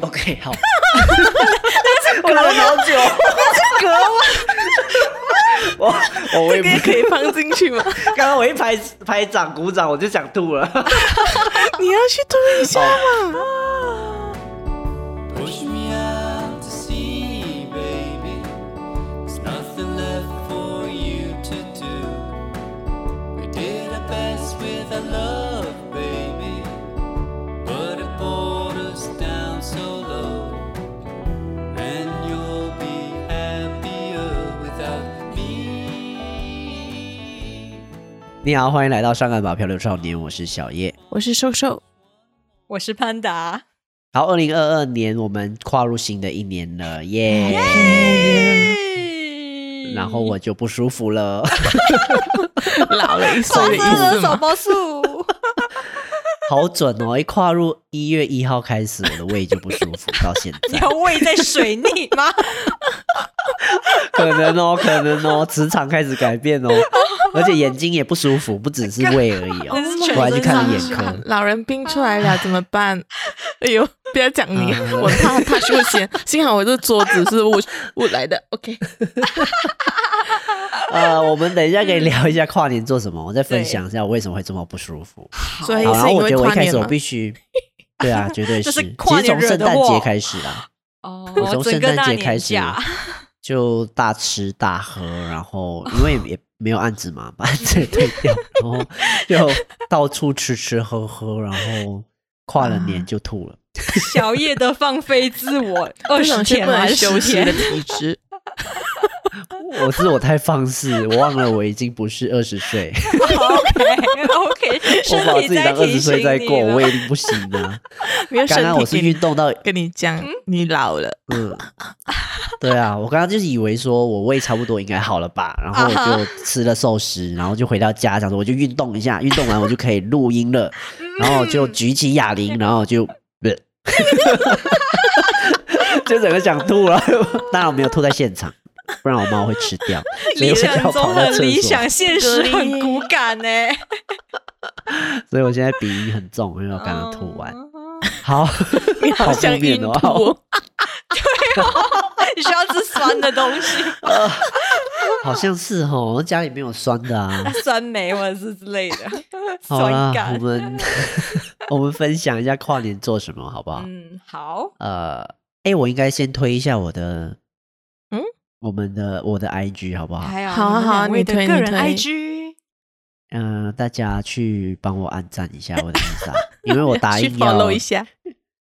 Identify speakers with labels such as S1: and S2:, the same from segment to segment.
S1: OK，好，
S2: 我聊了好 久，
S1: 格吗？
S2: 我 我我也
S3: 这
S2: 不
S3: 个可以放进去吗？
S2: 刚刚我一拍拍掌鼓掌，我就想吐了。
S3: 你要去吐一下嘛。
S4: Push me out to sea, baby. There's nothing left for you to do. We did our best with our love, baby. But it brought us down so low. And you'll be happier without me.
S2: 你好，欢迎来到上岸吧漂流少年，我是小叶。
S3: 我是瘦瘦，
S5: 我是潘达，
S2: 好，二零二二年我们跨入新的一年了，耶、然后我就不舒服了，
S3: 老了一岁
S5: 黄
S3: 的意
S5: 色的
S3: 思
S5: 手
S3: 吗？
S5: 包 术，
S2: 好准哦！一跨入一月一号开始，我的胃就不舒服，到 现
S5: 你
S2: 在
S5: 要喂在水里 吗？
S2: 可能哦，可能 哦，磁场开始改变哦，而且眼睛也不舒服，不只是胃而 已哦
S5: 但是全，身
S2: 我还去看了眼
S5: 上
S2: 科。
S3: 老人病出来了怎么办？ 哎呦，不要讲你，
S2: 嗯
S3: 我怕他休闲。 幸好我这桌子是我我来的，OK。
S2: 呃，我们等一下可以聊一下跨年做什么，我再分享一下我为什么会这么不舒服。
S5: 啊
S3: 所
S5: 哎
S3: 以
S2: 好，然
S3: 是
S2: 后
S3: 因
S2: 我
S3: 为
S2: 觉得我一
S3: 跨
S2: 开
S3: 年
S2: 始我
S3: 嘛，
S2: 必须，对啊，绝对
S5: 这
S2: 是，
S5: 是
S2: 其
S5: 跨
S2: 实
S5: 年
S2: 从
S5: 惹
S2: 圣
S5: 的
S2: 诞节
S5: 祸
S2: 开始啊，
S5: 哦
S2: 我从
S5: 整
S2: 圣
S5: 个
S2: 诞
S5: 大
S2: 节
S5: 年
S2: 开始
S5: 假，
S2: 就大吃大喝，然后因为也没有案子嘛， 把案子也退掉，然后就到处吃吃喝喝，然后跨了
S5: 啊
S2: 年就吐了。
S5: 小叶的放飞自我，二
S3: 这
S5: 十
S3: 种是
S5: 天
S3: 不能
S5: 还是
S3: 休
S5: 10
S3: 息 的
S5: 天？
S3: 体质。
S2: 我是我太放肆，我忘了我已经不是二十 岁，
S5: OK OK，
S2: 我把
S5: 身
S2: 自己
S5: 体在
S2: 当二
S5: 提
S2: 十岁
S5: 醒
S2: 在
S5: 你
S2: 过，
S5: 了
S2: 我已经不行了。
S3: 没有身
S2: 刚刚我
S3: 体
S2: 是
S3: 给你
S2: 运动到
S3: 跟你讲，你老了。
S2: 嗯，对啊，我刚刚就是以为说我胃差不多应该好了吧，然后
S5: 啊
S2: 我
S5: 哈
S2: 就吃了寿司，然后就回到家，想说我就运动一下，运动完我就可以录音了，
S5: 嗯
S2: 然后就举起哑铃，然后就，呃 就整个想吐了， 当然我没有吐在现场，不然我妈会吃掉，所以
S5: 理
S2: 我就
S5: 想
S2: 要
S5: 中
S2: 跑到
S5: 很
S2: 厕
S5: 理
S2: 所
S5: 想，，现实很骨感欸呢。
S2: 所以我现在鼻音很重，因为我刚刚吐完。好，
S3: 哦 你好
S2: 负
S3: 像
S2: 面
S3: 孕
S2: 哦
S3: 吐
S2: 好
S3: 哦，
S5: 你需要吃酸的东 西，
S2: 好像是哦，家里没有酸的 啊。
S5: 酸梅或者是之类的，
S2: 好
S5: 酸
S2: 啦，我
S5: 感。
S2: 们 我们分享一下跨年做什么，好不好？
S5: 嗯，好，
S2: 呃，哎、我应该先推一下我的，
S3: 嗯，
S2: 我们的我的 IG 好不好？
S5: 还有
S3: 好啊
S5: 你们
S3: 好啊
S5: 两位
S3: 你
S5: 的
S3: 推
S5: 个
S3: 你
S5: 人
S3: 推
S5: IG，
S2: 嗯、大家去帮我按赞一下我的 Insta，因为我答
S3: 去
S2: 应要
S3: follow 一下。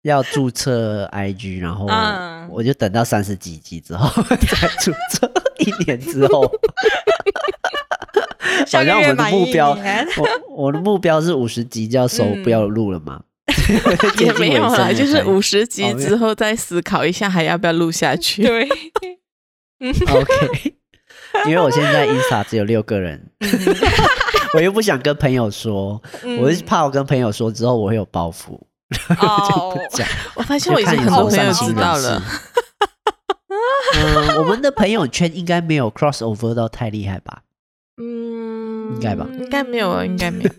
S2: 要注册 IG，然后
S5: 嗯
S2: 我就等到三十几集之后 再注册，一年之 后。
S5: 下
S2: 好
S5: 个
S2: 像
S5: 月
S2: 我的
S5: 满
S2: 目
S5: 一
S2: 标，
S5: 年
S2: 我我的目标是五十集就要收，不要录了 嘛。
S3: 嗯也没有啦，
S2: 了，
S3: 就是五十集
S2: 哦没有
S3: 之后再思考一下还要不要录下去。
S5: 对，
S2: OK，因 为我现在 Insta 只有六个人，
S3: 嗯
S2: 我又不想跟朋友说，
S5: 嗯
S2: 我是怕我跟朋友说之后我会有包袱，
S5: 哦，
S2: 讲
S3: 我发现
S2: 就
S3: 我已经
S2: 看
S3: 很
S2: 有
S3: 多
S2: 多
S3: 朋友
S2: 伤心
S3: 知
S2: 人
S3: 道
S2: 士
S3: 了，。
S2: 嗯，我们的朋友圈应该没有 cross over 到太厉害吧？
S3: 嗯，
S2: 应该吧
S3: 应该没有啊，应该 没有。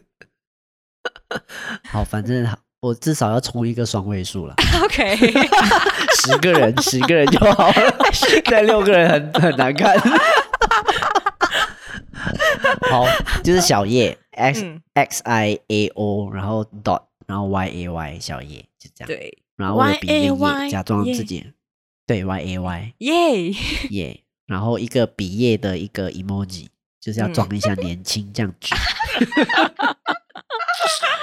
S2: 好，反正好我至少要冲一个双位 数了，
S5: OK，
S2: 十个人，十个人就好了，再六个人很很难 看。好，就是小叶 X
S5: 嗯，
S2: X I A O，然后 dot，然后 Y A Y 小叶就这样。
S5: 对，
S2: 然后我的鼻音也
S3: YAY
S2: 假装自己对 Y A Y
S5: 耶，
S2: 耶，然后一个鼻液的一个 emoji，就是
S5: 嗯
S2: 要装一下年轻这样 子。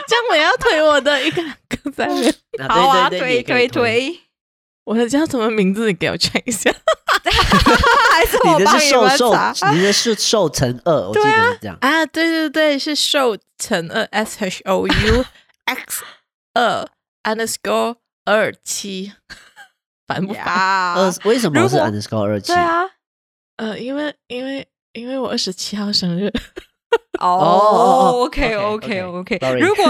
S3: 这样我要推我的一个刚 才没有，
S2: 啊
S5: 好啊，
S2: 对对对
S5: 推
S2: 也可以
S5: 推
S2: 推，
S5: 推，
S3: 我的叫什么名字？你给我 check 一下。
S5: 还是我
S2: 你的
S5: 帮
S2: 是
S5: 们
S2: 瘦
S5: 查，
S2: 瘦，你的是瘦乘二，我记得是这样。
S3: 啊，对对对，是瘦乘二 S H O U X 二 underscore 二七， 烦不烦？
S5: 呀
S2: 二为什么是
S5: 如果啊
S2: underscore 二七
S5: 对？啊，
S3: 呃，因为因为因为我二十七号生日，
S5: 哦
S2: 哦
S5: ，OK
S2: OK，OK，
S5: OK OK。
S2: sorry
S5: 如果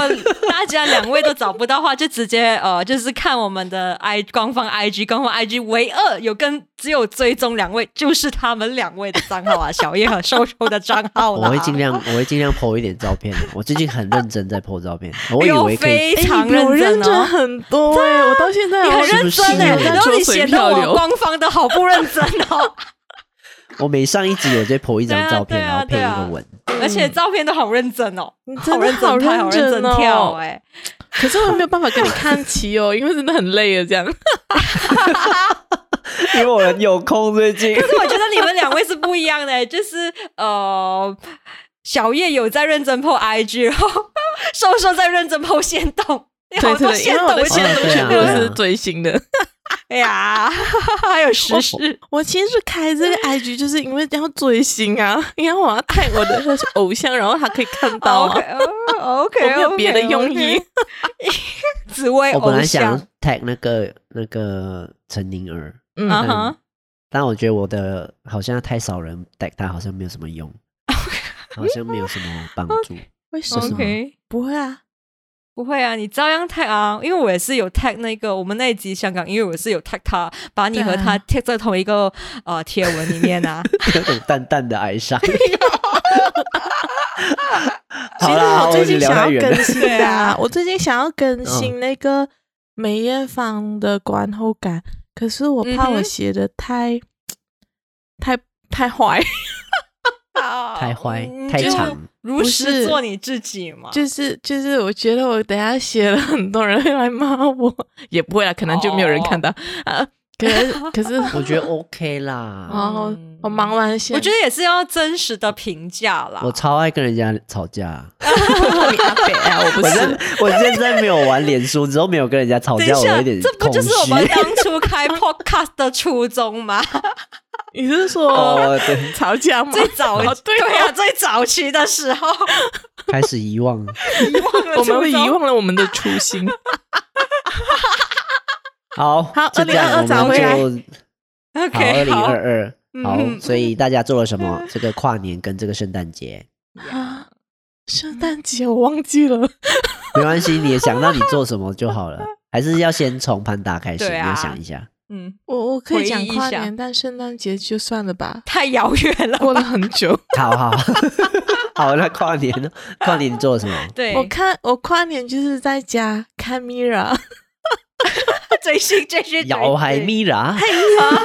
S5: 大家两位都找不到的话，就直接呃，就是看我们的 I 官方 IG，官方 IG 唯二有跟只有追踪两位，就是他们两位的账号啊，小叶和瘦瘦的账号啦。
S2: 我会尽量，我会尽量 po 一点照片啊的。我最近很认真在 po 照片，我以
S5: 有
S2: 为可以
S5: 哎
S2: 哎
S5: 非常
S3: 哎诶你比我
S5: 认
S3: 认
S5: 真
S3: 真
S5: 哦。
S3: 很多哎、我到现在
S5: 你
S3: 还
S5: 很
S2: 是
S5: 认
S2: 不
S5: 真
S2: 是
S5: 哎、
S2: 有
S5: 然后
S3: 点
S5: 你
S3: 浊水
S5: 显得
S3: 欸漂
S5: 我
S3: 流
S5: 官方的好不认真哦，
S2: 我每上一集我就 po 一张照片，
S5: 对啊
S2: 然后配
S5: 对啊
S2: 一个吻。
S5: 而且照片都好认真哦，
S3: 你嗯真
S5: 好
S3: 的
S5: 认真拍，好
S3: 认
S5: 认真
S3: 真哦
S5: 跳哎、
S3: 可是我没有办法跟你看齐哦，因为真的很累了这 样。
S2: 因为我很有空最近，
S5: 可是我觉得你们两位是不一样的、欸就是呃，小叶有在认真 po IG，然后瘦瘦在认真 po 线动，你好
S3: 对
S5: 多
S3: 对，因
S5: 线
S3: 为我
S5: 动
S3: 的
S5: 我觉
S3: 线
S5: 得
S3: 动
S2: 哦对
S3: 全
S2: 啊
S3: 部都
S2: 对啊
S3: 是哦最新的。
S5: 哎呀，还有实 事，
S3: 我其实开 这个 IG 就是因为要追星啊，因为我要看我的偶像，然后他可以看到 啊。
S5: 哦 OK，
S3: 我没有别的用意，
S5: 只为
S2: 我
S5: 偶
S2: 本来想
S5: 像
S2: tag 那个那个陈宁儿，
S3: 嗯
S5: 啊哈。
S2: 但我觉得我的好像太少人 tag 他，好像没有什么用，好像没有什么帮助。
S3: 为什
S2: 是
S3: 么
S2: 吗
S5: OK。
S3: 不会啊？
S5: 不会啊，你照样 tag 啊，因为我也是有 tag 那个我们那一集香港，因为我是有 tag 他，把你和他 tag 在同一个、呃贴文里面啊。
S2: 有种淡淡的哀伤。
S3: 其
S2: 好
S3: 实
S2: 啦，
S3: 我最
S2: 已经
S3: 近
S2: 聊
S3: 想
S2: 太
S3: 要
S2: 远了
S3: 更。新
S5: 对
S3: 的
S5: 啊
S3: 啊，嗯我最近想要更新那个梅艳芳的观后感，可是我怕
S5: 嗯
S3: 我
S5: 哼
S3: 写的太、太太坏，
S2: 太坏
S5: 嗯
S2: 太
S5: 就
S2: 长，
S5: 如
S3: 不
S5: 实
S3: 是
S5: 做你自己嘛。
S3: 就是就是，我觉得我等一下写了，很多人会来骂我，也不会啦，可能就没有人看
S5: 哦
S3: 到、啊。可是可 是，
S2: 我觉得 OK 啦。
S3: 然后我忙完先，
S5: 嗯我觉得也是要真实的评价啦。
S2: 我超爱跟人家吵架，
S3: 得你阿北啊，我不
S2: 我
S3: 是
S2: 现。我现在没有玩脸书，之后没有跟人家吵
S5: 等一
S2: 架，我
S5: 下，
S2: 有点
S5: 这不
S2: 空
S5: 就是我
S2: 虚。
S5: 们当初开 podcast 的初衷 吗？
S3: 你是说
S2: 哦，对，
S3: 吵架吗？
S5: 最早
S3: 哦对
S5: 对啊，最早期的时 候，
S2: 开始遗忘了。
S5: 遗忘了
S3: 我们
S5: 初
S3: 会遗
S5: 衷。
S3: 忘了我们的初 心。
S2: 好，
S3: 好
S2: 就这样，
S3: 2022找
S2: 我
S3: 回来
S2: 们就好，二
S5: OK，
S2: 零二二。好
S5: 嗯，
S2: 所以大家做了什么？这个跨年跟这个圣诞节，
S3: 啊，圣诞节我忘记 了。
S2: 没关系，你也想到你做什么就好了。还是要先从潘达开始，
S5: 对
S2: 你
S5: 啊
S2: 要想一下。
S5: 嗯，
S3: 我我可
S5: 回
S3: 以讲
S5: 忆一
S3: 跨
S5: 下，
S3: 年，但圣诞节就算了吧
S5: 太遥远了。
S3: 过了很久。
S2: 好好好，那跨年呢？跨年你做了什么？
S5: 对，
S3: 我看我跨年就是在家看 Mira，
S5: 最新最新
S2: 摇海米拉，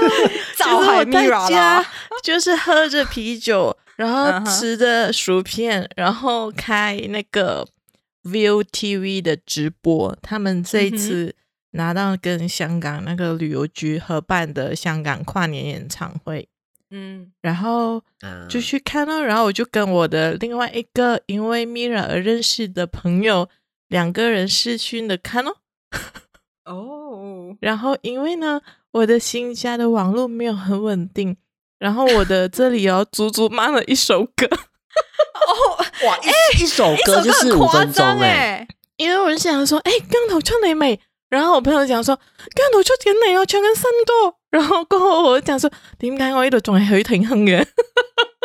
S5: 早
S3: 就是
S5: 海
S3: 我
S5: 蜜
S3: 在
S5: 软
S3: 家
S5: 啦。
S3: 就是喝着啤酒，然
S5: 嗯
S3: 后
S5: 哼
S3: 吃着薯片，然后开那个 ViuTV 的直播，他们这一次。拿到跟香港那个旅游局合办的香港跨年演唱会，
S5: 嗯，
S3: 然后
S2: 啊
S3: 就去看到，然后我就跟我的另外一个因为 Mira 而认识的朋友，两个人视讯的看哦。
S5: 哦，
S3: 然后因为呢，我的新家的网络没有很稳定，然后我的这里哦，足足骂了一首歌，
S2: 哇，一一首
S5: 一
S2: 歌
S5: 首
S2: 就
S5: 歌
S2: 四五
S5: 很夸
S2: 分钟
S5: 张
S2: 哎，
S5: 哎，
S3: 因为我就想说，哎，刚头唱你美。然后我朋友講說，哦跟頭出緊嚟我唱緊新歌。然後過後我就講說，點解我呢度仲係許廷鏗嘅？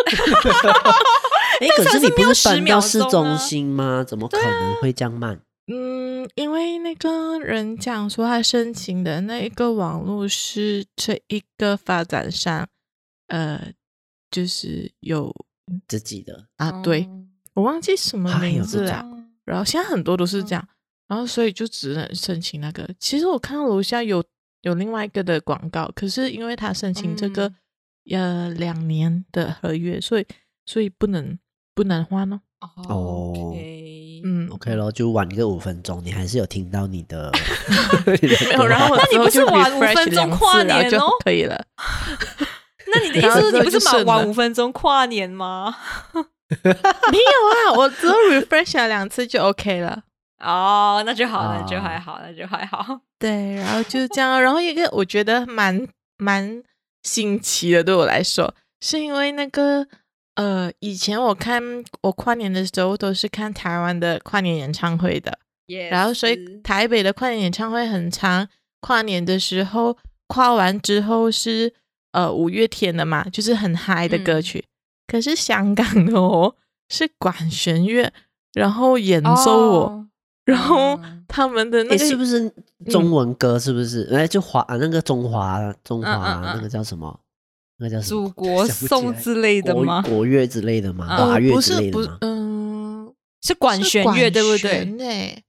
S2: 哎，
S5: 但
S2: 可
S5: 是
S2: 是你
S5: 没有
S2: 不
S5: 10
S2: 是搬
S5: 秒
S2: 到市
S5: 钟啊
S2: 中心吗？怎么可能会这样慢？
S3: 嗯，因为那个人讲说他申请的那一个网络是这一个发展商，呃，就是有
S2: 自己的
S3: 啊，对
S5: 哦
S3: 我忘记什么
S2: 哦啊还
S3: 名
S2: 有这
S3: 字
S2: 种
S3: 了。然后现在很多都是
S5: 嗯
S3: 这样，然后所以就只能申请那个。其实我看到楼下有有另外一个的广告，可是因为他申请这
S5: 嗯
S3: 个、呃两年的合约，所以所以不能不能换哦。
S2: 哦
S3: 嗯，
S2: ，OK 咯，就晚个五分钟，你还是有听到你的
S3: 没有。然后我
S5: 那你
S3: 之后就
S5: 不是玩五
S3: refresh
S5: 分钟
S3: 两次
S5: 跨
S3: 然后
S5: 年
S3: 就
S5: 哦
S3: 可以了。
S5: 那你的意思是你不是晚晚五分钟跨年吗？
S3: 没有啊，我只有 refresh 了两次就 OK 了。
S5: 哦，那就好，
S2: 啊
S5: 那就还好，那就还好。
S3: 对，然后就这样。然后一个我觉得蛮蛮新奇的，对我来说，是因为那个呃，以前我看我跨年的时候都是看台湾的跨年演唱会的，然后所以台北的跨年演唱会很长，跨年的时候跨完之后是呃五月天的嘛，就是很嗨的歌
S5: 嗯
S3: 曲。可是香港的哦，是管弦乐，然后演奏嗯我，
S5: 哦
S3: 然后
S5: 嗯
S3: 他们的那
S2: 诶
S3: 个
S2: 是不是中文歌？是不是？哎、就华、啊、那个中华中华、
S5: 嗯嗯嗯
S2: 那个叫什么？那个叫什么？
S5: 祖国
S2: 想不起
S5: 颂
S2: 来
S5: 之类的
S2: 国
S5: 吗？
S2: 国乐之类的吗？
S5: 嗯
S2: 华
S3: 呃
S2: 乐
S3: 不
S2: 之
S3: 是
S2: 类
S3: 不
S2: 的
S3: 是
S2: 吗？
S3: 嗯、
S5: 是管
S3: 是
S5: 弦乐对不对？
S3: 弦欸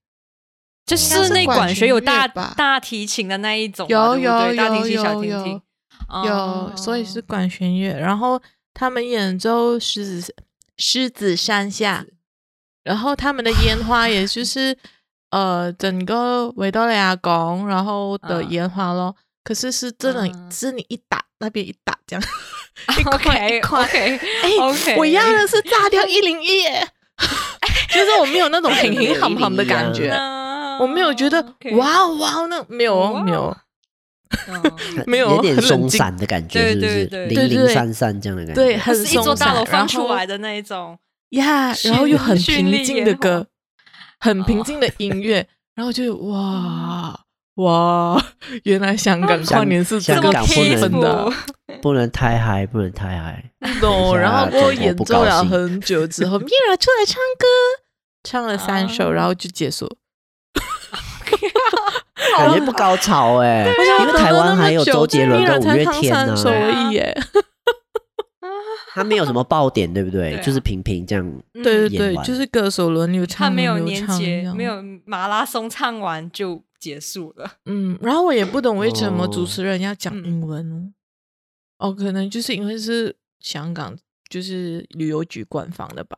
S5: 就
S2: 应该
S5: 室
S2: 是
S5: 内
S2: 管
S5: 管
S3: 弦
S5: 有
S3: 乐
S5: 大
S3: 吧
S5: 大提琴的那一种嘛，
S3: 有
S5: 对不对
S3: 有
S5: 大提
S3: 有
S5: 琴、小
S3: 有
S5: 提
S3: 有
S5: 琴，哦
S3: 有，所以 是管弦乐。然后他们演奏《狮子狮子山下》，然后他们的烟花也 就是呃整个维多利亚宫然后的
S5: 嗯
S3: 烟花咯。可是是这种、
S5: 嗯
S3: 是你一打那边一打这样，
S5: OK
S3: 一块
S5: OK
S3: 哎
S5: OK，
S3: 我要的是炸掉一零一耶， 就是我没 有那种
S2: 没
S3: 很
S2: 有
S3: 很很很的
S2: 101
S3: 感
S2: 啊
S3: 觉， 我没有觉得哇哦哇哦那没有哦没有哦，
S5: 嗯
S3: 没有
S2: 有点
S3: 很冷
S2: 松
S3: 静
S2: 散的感觉，
S5: 对
S2: 是不是？
S5: 对对
S2: 零
S3: 对
S2: 零
S3: 对
S2: 散散这样的感觉。
S3: 对，很
S5: 是一座
S3: 松
S5: 大
S3: 散，
S5: 楼
S3: 然
S5: 放出
S3: 后
S5: 来的那一种，
S3: 呀
S5: 绚
S3: 然后又
S5: 丽
S3: 很
S5: 绚丽
S3: 平静的
S5: 烟
S3: 歌，很
S5: 哦
S3: 平静的 音乐，然后就哇哇，原来香港
S2: 哦香
S3: 跨年是
S5: 这
S2: 香
S5: 么
S3: 个
S2: 港不
S3: 气
S5: 皮
S2: 能
S3: 氛的，
S2: 不能太嗨，不能太嗨。
S3: 懂？然后
S2: 等
S3: 过
S2: 一下中
S3: 后
S2: 国
S3: 演
S2: 不
S3: 奏
S2: 高
S3: 了
S2: 兴
S3: 很久 之后，Mira 出来唱歌，唱了三首，然后就结束。
S2: 哦感觉不高潮哎、因为台湾还有周杰伦跟五月天呢、
S3: 呢，三首
S5: 啊
S3: 而已耶。
S2: 他没有什么爆点，对不对？
S5: 对啊
S2: 就是平平这样。
S3: 对对
S2: 演
S3: 对，
S2: 完
S3: 就是歌手轮流唱，
S5: 嗯他没有
S3: 轮流
S5: 年
S3: 唱这
S5: 节，
S3: 样
S5: 没有马拉松唱完就结束了。
S3: 嗯，然后我也不懂为什么主
S2: 哦
S3: 持人要讲
S5: 嗯
S3: 英文哦。哦，可能就是因为是香港，就是旅游局官方的吧，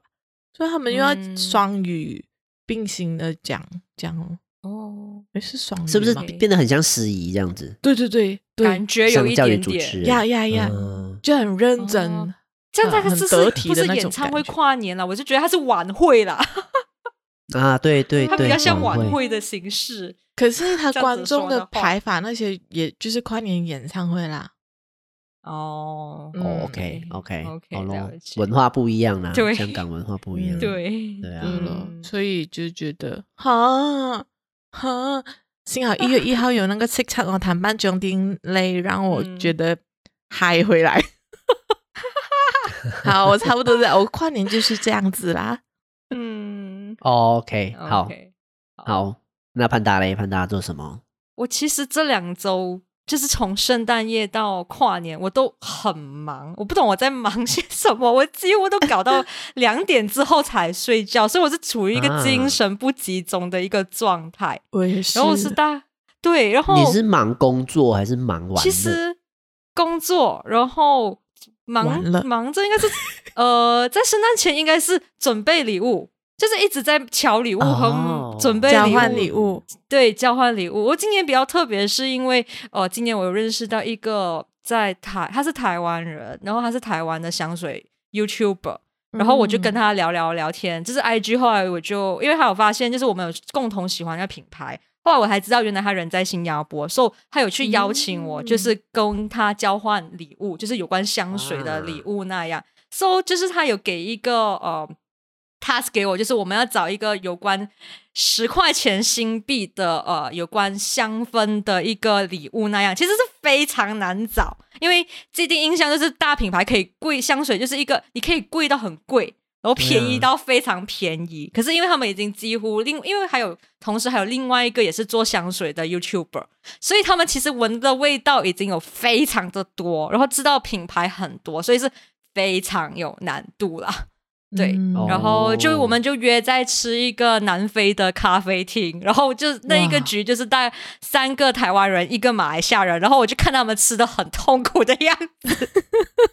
S3: 所以他们又要
S5: 嗯
S3: 双语并行的讲讲哦。
S5: 哦，
S3: 诶，是双语吗
S2: 是不是
S5: Okay
S2: 变得很像司仪这样子？
S3: 对对对嗯对
S5: 感，觉有
S2: 相
S5: 一
S2: 较于
S5: 点
S2: 主持
S5: 点。
S2: 人
S3: 呀呀呀，
S2: 嗯
S3: 就很认真。
S5: 哦这样
S3: 啊
S5: 大概
S3: 很
S5: 是不
S3: 得
S5: 是
S3: 体
S5: 不
S3: 的
S5: 是
S3: 那
S5: 演
S3: 种
S5: 唱
S3: 感
S5: 会
S3: 觉
S5: 跨年了，我就觉得它是晚会啦，
S2: 啊，对对
S5: 它
S2: 对，
S5: 比较像晚
S2: 晚
S5: 会的形式。
S3: 可是他
S5: 这样
S3: 观
S5: 子
S3: 众
S5: 说
S3: 的
S5: 的话
S3: 排法那些，也就是跨年演唱会啦。
S5: 哦，
S3: 嗯
S2: 哦，OK OK
S5: OK，
S2: 好咯
S5: 了解
S2: 文化不一样啦，
S5: 对
S2: 香港文化不一样。
S3: 嗯
S5: 对
S2: 对啊
S3: 对了，
S5: 嗯
S3: 所以就觉得哈哈，幸好一月一号有那个哦叱咤乐坛颁奖典礼，让我
S5: 嗯
S3: 觉得嗨回来。 好，我差不多在，我跨年就是这样子啦。
S5: 嗯，
S2: 哦，OK，好
S5: OK
S2: 好，那潘达嘞，潘达做什么？
S5: 我其实这两周就是从圣诞夜到跨年，我都很忙，我不懂我在忙些什么，我几乎都搞到两点之后才睡觉，所以我是处于一个
S2: 啊
S5: 精神不集中的一个状态。
S3: 我也是
S5: 然后我是大对，然后
S2: 你是忙工作还是忙玩乐？
S5: 哦其实工作，然后忙
S3: 完了
S5: 忙着应该是呃，在圣诞前应该是准备礼物，就是一直在瞧礼物
S2: 哦
S5: 和准备
S3: 交
S5: 礼
S3: 换
S5: 物
S3: 礼物，
S5: 对，交换礼物。我今年比较特别，是因为呃，今年我有认识到一个在台，他是台湾人，然后他是台湾的香水 YouTuber，然后我就跟
S3: 他
S5: 他聊聊聊天，就是 IG。后来我就因为他有发现，就是我们有共同喜欢的品牌。后来我才知道，原来他人在新加坡，所以他有去邀请我，就是跟他交换礼物，就是有关香水的礼物那样。so 就是他有给一个呃 task 给我，就是我们要找一个有关十块钱新币的呃有关香氛的一个礼物那样，其实是非常难找，因为既定印象就是大品牌可以贵香水就是一个你可以贵到很贵。然后便宜到非常便宜，可是因为他们已经几乎另，因为还有同时还有另外一个也是做香水的 YouTuber，所以他们其实闻的味道已经有非常的多，然后知道品牌很多，所以是非常有难度啦。
S3: 嗯
S5: 对，然后就
S2: 哦
S5: 我们就约在吃一个南非的咖啡厅，然后就那一个
S3: 哇
S5: 局就是带三个台湾人，一个马来西亚人，然后我就看他们吃的很痛苦的样子，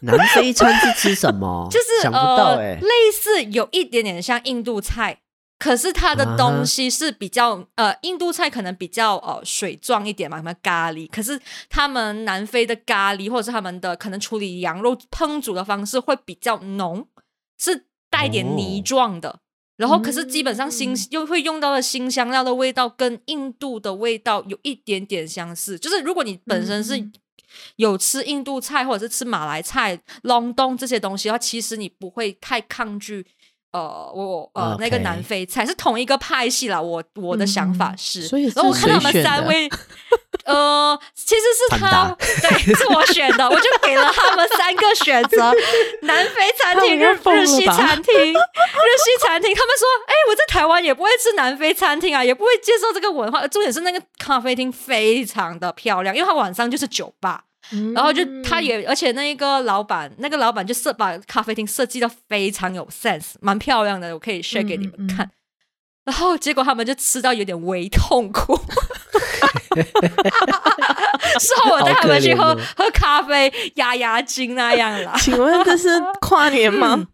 S2: 南非餐是吃什么？
S5: 就是
S2: 哦想不到
S5: 呃，
S2: 哎，
S5: 类似有一点点像印度菜。可是它的
S2: 啊
S5: 东西是比较、呃，印度菜可能比较呃水状一点嘛，什么咖喱。可是他们南非的咖喱，或者是他们的可能处理羊肉烹煮的方式会比较浓，是带点泥
S2: 哦
S5: 状的。然后可是基本上新
S3: 嗯
S5: 又会用到的新香料的味道跟印度的味道有一点点相似，就是如果你本身是
S3: 嗯
S5: 有吃印度菜或者是吃马来菜、隆冬这些东西的话，其实你不会太抗拒。呃，我呃那个
S2: OK
S5: 南非菜是同一个派系啦，我我的想法
S3: 啊嗯
S5: 是，
S3: 所以
S5: 然后我
S3: 是
S5: 看他
S3: 谁
S5: 们
S3: 选
S5: 三
S3: 的
S5: 位，呃，其实是他
S2: 反，
S5: 对，是我选的，我就给了他们三个选择：南非餐厅、日
S3: 他们疯了吧
S5: 日系餐厅、日系餐厅。他们说，哎，我在台湾也不会吃南非餐厅啊，也不会接受这个文化。重点是那个咖啡厅非常的漂亮，因为它晚上就是酒吧，
S3: 嗯
S5: 然后就他也，而且那一个老板，那个老板就设把咖啡厅设计的非常有 sense，蛮漂亮的，我可以 share 给你
S3: 嗯
S5: 们
S3: 嗯嗯。
S5: 看。然后结果他们就吃到有点微痛苦。事后我带他们去喝、
S2: 好可怜哦
S5: 喝咖啡压压惊那样啦
S3: 请问这是跨年
S5: 嗯
S3: 吗？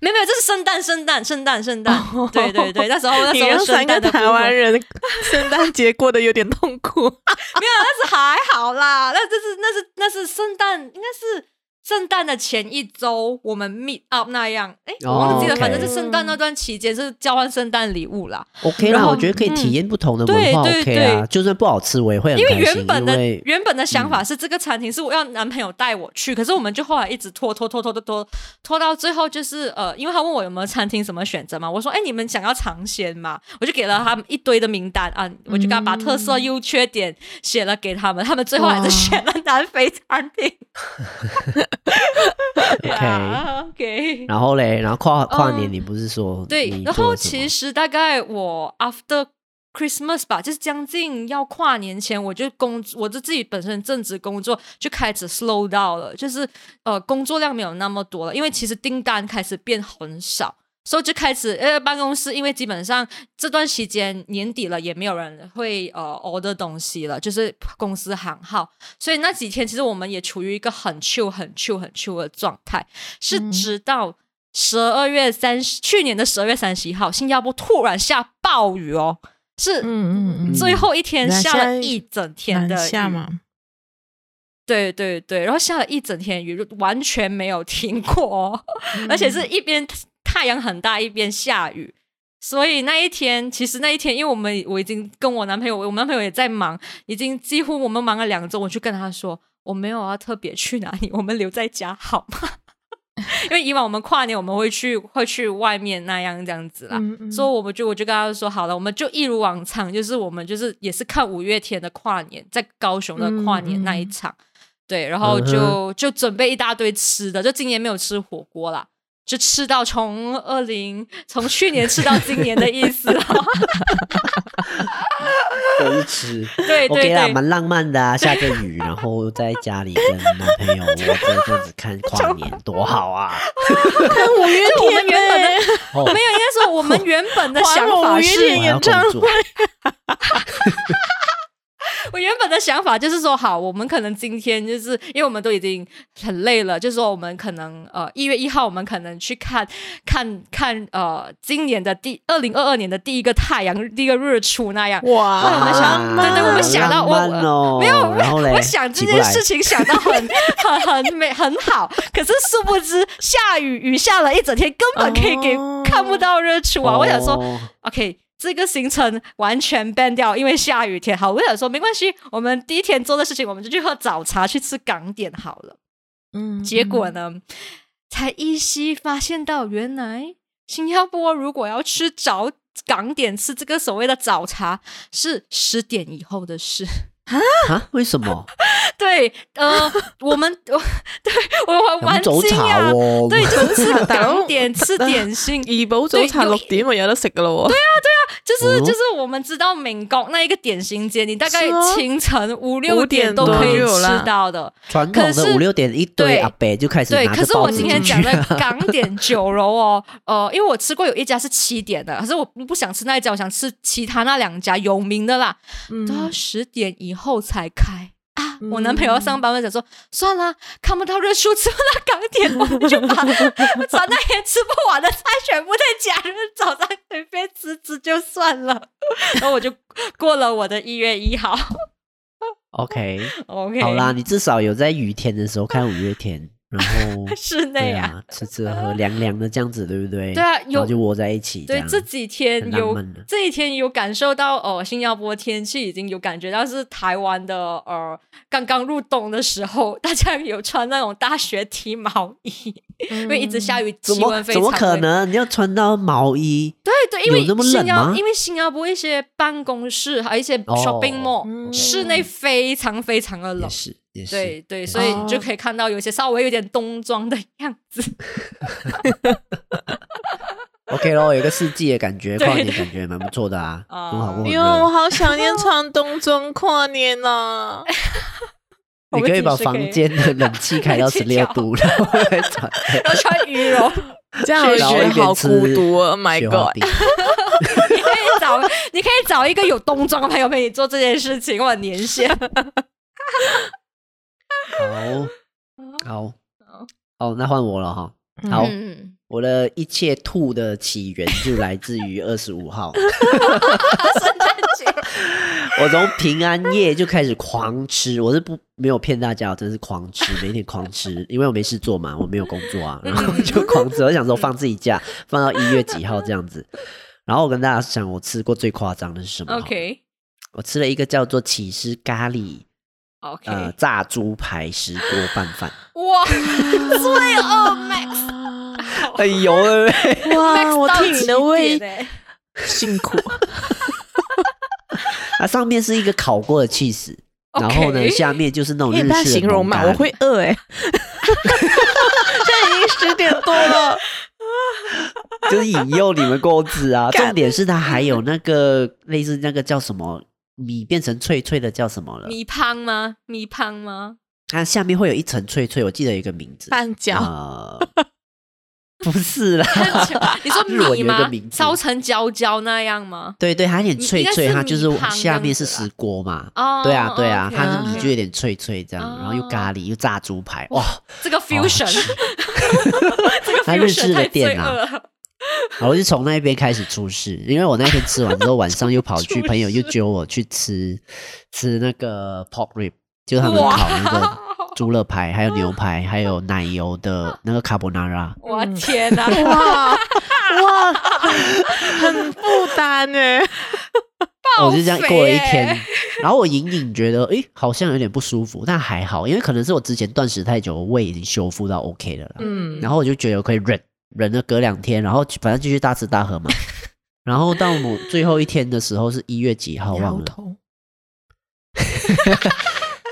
S5: 没有没有，这是圣诞圣诞圣诞圣 诞，对对对，那时候那
S3: 你
S5: 时
S3: 让
S5: 候
S3: 三
S5: 圣
S3: 个
S5: 诞的
S3: 台
S5: 部
S3: 湾
S5: 分
S3: 人 圣诞节过得有点痛苦。
S5: 没有，那是还好啦。那这是那是那是圣诞，应该是圣诞的前一周我们 meet up 那样。哎，我忘记了
S2: 哦
S5: 反正是
S3: OK
S5: 圣诞那段期间是交换圣诞礼物啦。
S2: OK
S5: 然
S2: 啦，
S5: 后嗯
S2: 我觉得可以体验不同的文
S5: 对
S2: 化
S5: 对
S2: OK 啊，就算不好吃我也会很
S5: 因为
S2: 开心，
S5: 原本的
S2: 因为嗯
S5: 原本的想法是这个餐厅是我要男朋友带我去，可是我们就后来一直拖拖拖拖拖拖拖到最后就是呃，因为他问我有没有餐厅什么选择嘛，我说哎你们想要尝鲜嘛，我就给了他们一堆的名单啊，我就给他把特色
S2: 嗯
S5: 优缺点写了给他们，他们最后还
S3: 哇
S5: 是选了南非餐厅。啊
S2: OK
S5: OK。
S2: 然后嘞，然后跨跨年
S5: 嗯
S2: 你不是说
S5: 对，然后其
S2: 实
S5: 实大概我 after Christmas 吧，就是将近要跨年前，我就工我就自己本身正职工作就开始 slow down 了，就是呃工作量没有那么多了，因为其实订单开始变很少。所以就开始，呃，办公室因为基本上这段期间年底了，也没有人会呃 order 东西了，就是公司行号，所以那几天其实我们也处于一个很 chill、很 chill、很 chill 的状态，是
S3: 嗯
S5: 直到十二月三十、去年的十二月三十一号，新加坡突然下暴雨哦，是
S3: 嗯
S2: 嗯
S5: 最后一天
S3: 那
S5: 下
S3: 现
S5: 了
S3: 在
S5: 一整天
S3: 南
S5: 的
S3: 下
S5: 雨，
S3: 嘛，
S5: 对对对，然后下了一整天雨，完全没有停过、 哦，而且是一边太阳很大，一边下雨。所以那一天，其实那一天，因为我们我已经跟我男朋友，我男朋友也在忙，已经几乎我们忙了两周，我就跟他说，我没有要特别去哪里，我们留在家好吗？ 因为以往我们跨年我们会去会去外面那样这样子啦，
S3: 嗯 嗯
S5: 所以我们就我就跟他说好了，我们就一如往常，就是我们就是也是看五月天的跨年，在高雄的跨年
S3: 嗯
S5: 那一场，对，然后就、就准备一大堆吃的，就今年没有吃火锅啦。就吃到从二零从去年吃到今年的意思啦，
S2: 都吃。
S5: 对对
S2: OK
S5: 对
S2: 啦，蛮浪漫的啊，下个雨，然后在家里跟男朋友窝着这样子看跨年，多好 啊！
S3: 看五月
S5: 就我们原本的
S3: 天呢
S2: 哦，
S5: 没有，应该说我们原本的
S3: 还
S5: 想
S3: 我
S5: 法
S3: 五月
S5: 是
S3: 天
S2: 我还要
S3: 演唱
S2: 工作，
S5: 我原本的想法就是说，好，我们可能今天就是因为我们都已经很累了，就是说我们可能呃一月一号我们可能去看看看呃今年的第二零二二年的第一个太阳第一个日出那样。
S3: 哇！
S5: 后来我们想
S2: 啊
S5: 对对我们想到我
S2: 浪漫哦
S5: 没有，
S2: 然后嘞
S5: 我想这
S2: 起不
S5: 件
S2: 来
S5: 事情想到很很很美很好，可是殊不知下雨雨下了一整天，根本可以给、
S3: 哦
S5: 看不到日出啊！我想说，
S2: 哦
S5: OK，这个行程完全 ban 掉，因为下雨天。好，我想说没关系，我们第一天做的事情，我们就去喝早茶，去吃港点好了。
S3: 嗯
S5: 结果？呢，才依稀发现到，原来新加坡如果要吃早港点，吃这个所谓的早茶，是十点以后的事。
S2: 啊？为什么？
S5: 对，呃，我们 我对我
S2: 我们
S5: 玩
S2: 走
S5: 惊
S2: 茶
S5: 啊，
S2: 哦，
S5: 对，就是吃
S3: 但我
S5: 港点，吃点心，
S3: 怡宝早茶
S5: 对有
S3: 六點咪有得食噶咯喎，
S5: 就是
S2: 哦
S5: 就是我们知道闽工那一个点心街，你大概
S3: 是哦
S5: 清晨五六
S3: 五点
S5: 点都可以
S2: 多
S3: 就有
S5: 吃
S3: 啦
S5: 到的。
S2: 传统
S5: 可是
S2: 的五六点一
S5: 对
S2: 堆阿伯就开始
S5: 对，
S2: 拿
S5: 可
S2: 着
S5: 是
S2: 包
S5: 我
S2: 子
S5: 今
S2: 进
S5: 天
S2: 去
S5: 讲的 港点酒楼哦，呃，因为我吃过有一家是七点的，可是我不想吃那一家，我想吃其他那两家有名的啦，
S3: 嗯
S5: 都要十点以后才开。啊！我男朋友要上班，我想说算了，看不到日出，吃不到港点，我们就把把那些吃不完的菜全部在家 人早上随便吃吃就算了。 然后我就过了我的一月一号。
S2: OK，
S5: OK，
S2: 好啦，你至少有在雨天的时候看五月天，然 后
S5: 室
S2: 对
S5: 内啊。
S2: 啊，吃吃喝喝凉凉的这样子，对不对？
S5: 对啊
S2: 然
S5: 有
S2: 后就窝在一起这
S5: 对
S2: 样，
S5: 这几天
S2: 很浪
S5: 有
S2: 漫的
S5: 这几天有感受到哦，新加坡天气已经有感觉到是台湾的呃，刚刚入冬的时候， 大家有穿那种大学 T 毛衣，因为一直下雨，
S2: 嗯怎
S5: 气
S2: 么
S5: 温非
S2: 怎
S5: 常
S2: 么可
S5: 低
S2: 能？你要穿到毛衣？
S5: 对对，因
S2: 有
S5: 为
S2: 那么
S5: 新
S2: 冷
S5: 加
S2: 吗
S5: 因为新加坡一些办公室还有一些 shopping
S2: 哦
S5: mall，、
S3: 嗯
S5: 室内非常非常的冷
S2: 也。是也是，
S5: 对对，所以
S3: 哦
S5: 就可以看到有一些稍微有点冬装的样子。
S2: OK 咯，有一个四季的感 觉，
S5: 对
S2: 跨年感觉蛮不错的啊，
S5: 啊
S2: 很好过很
S3: 哦因为我
S2: 热。
S3: 好想念穿冬装跨年啊 呢、
S5: 我
S2: 你
S5: 们
S2: 可以
S5: 平
S2: 把
S5: 时
S2: 房间的冷气开 到十
S5: 冷气
S2: 六
S5: 调
S2: 度， 然后再转
S5: 然后穿羽绒，
S3: 这样我
S2: 然后
S3: 觉
S2: 一
S3: 得
S2: 边
S3: 好
S2: 吃
S3: 孤独哦、oh、，My
S2: 雪花
S3: God！
S2: 冰。
S5: 你可以找，你可以找一个有冬装的朋友陪你做这件事情，我很年限。
S2: 好，好，哦，那换我了哈。
S3: 嗯
S2: 好，
S5: 嗯，
S2: 我的一切吐的起源就来自于二十五号，
S5: 圣诞 节，
S2: 我从平安夜就开始狂吃，我是不没有骗大家，我真是狂吃，每天狂吃，因为我没事做嘛，我没有工作啊，然后就狂吃，我想说放自己假，放到一月几号这样子。然后我跟大家讲，我吃过最夸张的是什么
S5: OK
S2: 我吃了一个叫做起司咖喱
S5: OK，、
S2: 呃炸猪排石锅拌饭，
S5: 哇，罪恶哦 Max，
S2: 哎呦喂喂！
S3: 哇，啊我替你的胃
S5: 味，
S3: 辛苦。
S2: 它上面是一个烤过的 cheese，然后呢，
S5: OK
S2: 下面就是那种
S3: 你
S2: 日
S3: 也
S2: 式
S3: 不要
S2: 的
S3: 哎形容
S2: 浓
S3: 嘛，
S2: 咖喱
S3: 我会饿 哎、现在已经十点多 了，
S2: 就是引诱你们购置啊。重点是它还有那个类似那个叫什么米变成脆脆的叫什么了？
S5: 米汤吗？米 汤吗？
S2: 它下面会有一层脆脆，我记得有一个名字，
S3: 绊脚。
S2: 呃，不是啦，
S5: 你说
S2: 日文有
S5: 米
S2: 一个
S5: 吗
S2: 名？字
S5: 烧成焦焦那样吗？
S2: 对对，它有点脆脆，
S5: 应该是
S2: 它就是
S5: 米汤
S2: 下面是
S5: 这样子
S2: 石
S5: 啦
S2: 锅嘛。
S5: 哦，
S2: 对啊，对啊，
S5: OK，
S2: 它
S3: 是
S2: 米
S5: OK 哦
S2: 就有点脆脆这样，然后又咖喱又炸猪排，哇！
S5: 这个 fusion，这个
S2: 哦它日式
S5: fusion
S2: 的
S5: 太罪
S2: 店啊
S5: 恶了。
S2: 然后我就从那边开始出事，因为我那天吃完之后，晚上又跑去朋友又揪我去吃吃那个 pork rib，就是他们
S5: 哇
S2: 烤那个猪肋排，还有牛排，还有奶油的那个 carbonara。
S5: 我天哪！
S3: 嗯哇哇，很嗯负担
S2: 啊
S3: 哎，
S2: 我就这样
S5: 肥
S2: 过了一
S5: 欸
S2: 天，然后我隐隐觉得，诶，好像有点不舒服，但还好，因为可能是我之前断食太久，我胃已经修复到 OK 了啦。
S3: 嗯
S2: 然后我就觉得我可以忍，忍了隔两天，然后反正继续大吃大喝嘛。 然后到我最后一天的时候是一月几号忘
S3: 摇
S2: 了，
S3: 头。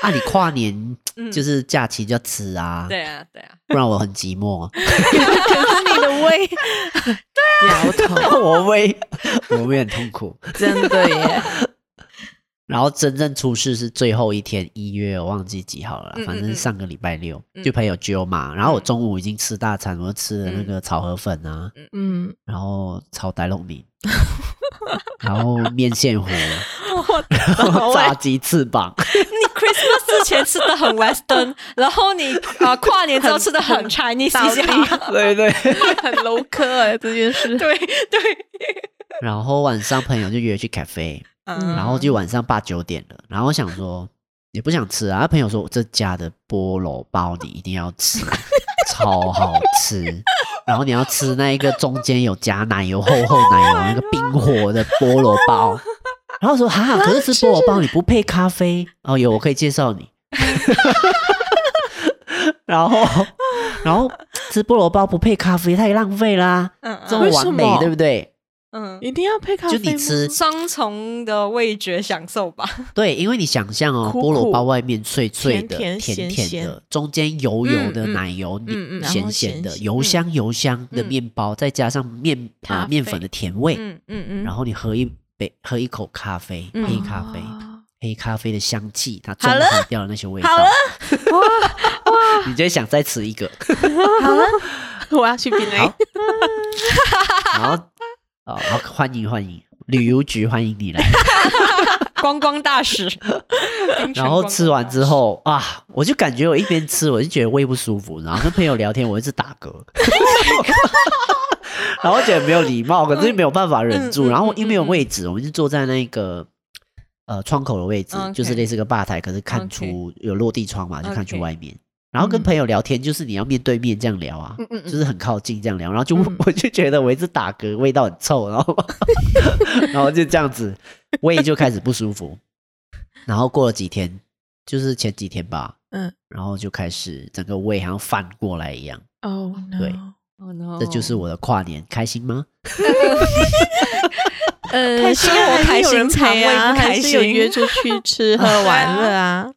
S2: 啊，你跨年
S5: 嗯
S2: 就是假期就要吃啊，
S5: 对啊，对啊，
S2: 不然我很寂寞。
S3: 可是你的胃摇头，
S2: 我胃，我胃很痛苦。
S3: 真的耶。
S2: 然后真正出事是最后一天，一月我忘记几号了啦
S5: 嗯嗯
S2: 反正是上个礼拜六、
S5: 嗯
S2: 就朋友揪嘛。然后我中午已经吃大餐，我就吃了那个炒河粉啊，
S3: 嗯，
S2: 然后炒白龙 米，然后面线糊，
S5: 我
S2: 然后炸鸡翅膀，
S5: 你 Christmas 之前吃的 很 Western，然后你啊、呃跨年之后吃的很 Chinese
S3: 到
S5: 一
S3: 底
S5: 下，
S2: 对对。
S3: 很 low 科哎，这件事。
S5: 对对，
S2: 然后晚上朋友就约去 cafe，
S3: 嗯
S2: 然后就晚上八九点了，然后我想说也不想吃啊，朋友说这家的菠萝包你一定要吃， 超好吃。然后你要吃那一个中间有加奶油、厚厚奶油那个冰火的菠萝包，然后我说哈，可是吃菠萝包你不配咖啡哦，有我可以介绍你。 然后，然后吃菠萝包不配咖啡太浪费啦、
S5: 嗯
S2: 这
S5: 嗯
S2: 么
S3: 为什
S2: 完美
S3: 么
S2: 对不对？
S5: 嗯，
S3: 一定要配咖啡
S2: 就
S3: 吗
S2: 你吃
S5: 双重的味觉享受吧。
S2: 对，因为你想象哦，
S3: 苦
S2: 菠萝
S3: 苦
S2: 包外面脆脆的、
S3: 甜
S2: 甜
S3: 甜咸咸
S2: 的，中间油油的
S5: 嗯嗯
S2: 奶油，
S5: 嗯嗯
S2: 你
S3: 然后
S2: 咸咸
S3: 咸
S2: 的，
S3: 咸
S2: 油
S5: 嗯
S2: 香油香的
S5: 嗯
S2: 面包，再加上面啊
S3: 咖
S2: 面粉的甜味，
S5: 嗯嗯嗯，
S2: 然后你喝一杯喝一口咖啡，
S5: 嗯
S2: 黑咖啡，
S3: 哦
S2: 黑咖啡的香气，它中
S5: 好了
S2: 和掉了那些味道， 你就会想再吃一个，
S3: 我要去槟
S2: 好
S3: 榔。
S2: 然后啊，好欢迎欢迎旅游局欢迎你来。
S5: 观光大使，
S2: 然后吃完之后啊，我就感觉我一边吃，我就觉得胃不舒服，然后跟朋友聊天，我一直打嗝， 然后觉得没有礼貌，可是没有办法忍住，
S5: 嗯嗯嗯
S2: 然后因为没有
S5: 嗯嗯
S2: 位置，我们就坐在那个。呃，窗口的位置
S5: 嗯 OK
S2: 就是类似个吧台，可是看
S5: OK
S2: 出有落地窗嘛，就看出
S5: OK
S2: 外面。然后跟
S3: 嗯
S2: 朋友聊天，就是你要面对面这样聊啊，
S3: 嗯嗯
S2: 就是很靠近这样聊，然后就、
S3: 嗯
S2: 我就觉得我一直打嗝，味道很臭，然后 然后就这样子，胃就开始不舒服。然后过了几天，就是前几天吧，
S3: 嗯，
S2: 然后就开始整个胃好像翻过来一样，
S3: 哦、no，
S2: 对
S5: 哦 no，
S2: 这就是我的跨年，开心吗？
S5: 开
S3: 呃，
S5: 心
S3: 生
S5: 啊
S3: 活
S5: 还
S3: 开
S5: 是有人
S3: 心，肠
S5: 陪
S3: 胃
S5: 啊
S3: 不开
S5: 还是
S3: 心，
S5: 有
S3: 有
S5: 约
S3: 约出去 吃喝玩乐啊，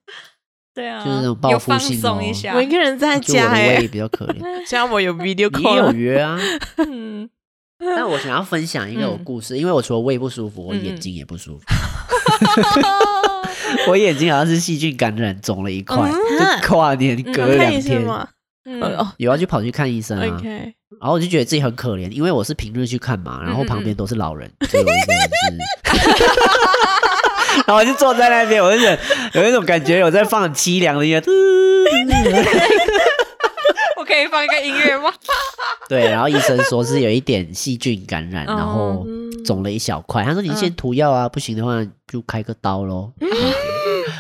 S5: 对啊，
S2: 就是那种报
S5: 有
S2: 复
S5: 放
S2: 性
S5: 松
S2: 哦
S5: 一下
S3: 我，一啊 个人在
S2: 就我
S3: 家
S2: 的
S3: 哎、
S2: 胃比较可怜。
S3: 像我 有 video
S2: 你也有
S3: call，
S2: 约 啊？
S5: 嗯，
S2: 但我想要分享一个我
S3: 嗯
S2: 故事，因为我除了胃不舒服，我
S5: 嗯嗯
S2: 眼睛也不舒服。 我眼睛好像是细菌感染肿了一块，
S3: 嗯
S2: 就跨年隔
S3: 我
S2: 两
S3: 看医生
S2: 天，
S3: 吗？
S5: 嗯
S3: 哦、
S2: 有要去跑去看医生
S3: o
S2: 啊。
S3: k
S2: 然后我就觉得自己很可怜，因为我是平日去看嘛，然后旁
S3: 嗯
S2: 边都是老人，只有我一个人是。 然后我就坐在那边，我就觉得有一种感觉，我在放很凄凉的音乐。 嘟
S5: 我可以放一个音 乐吗？
S2: 对，然后医生说是有一点细菌感染，然后
S3: 嗯
S2: 肿了一小块。他说你先涂药啊，不行的话就开个刀 喽。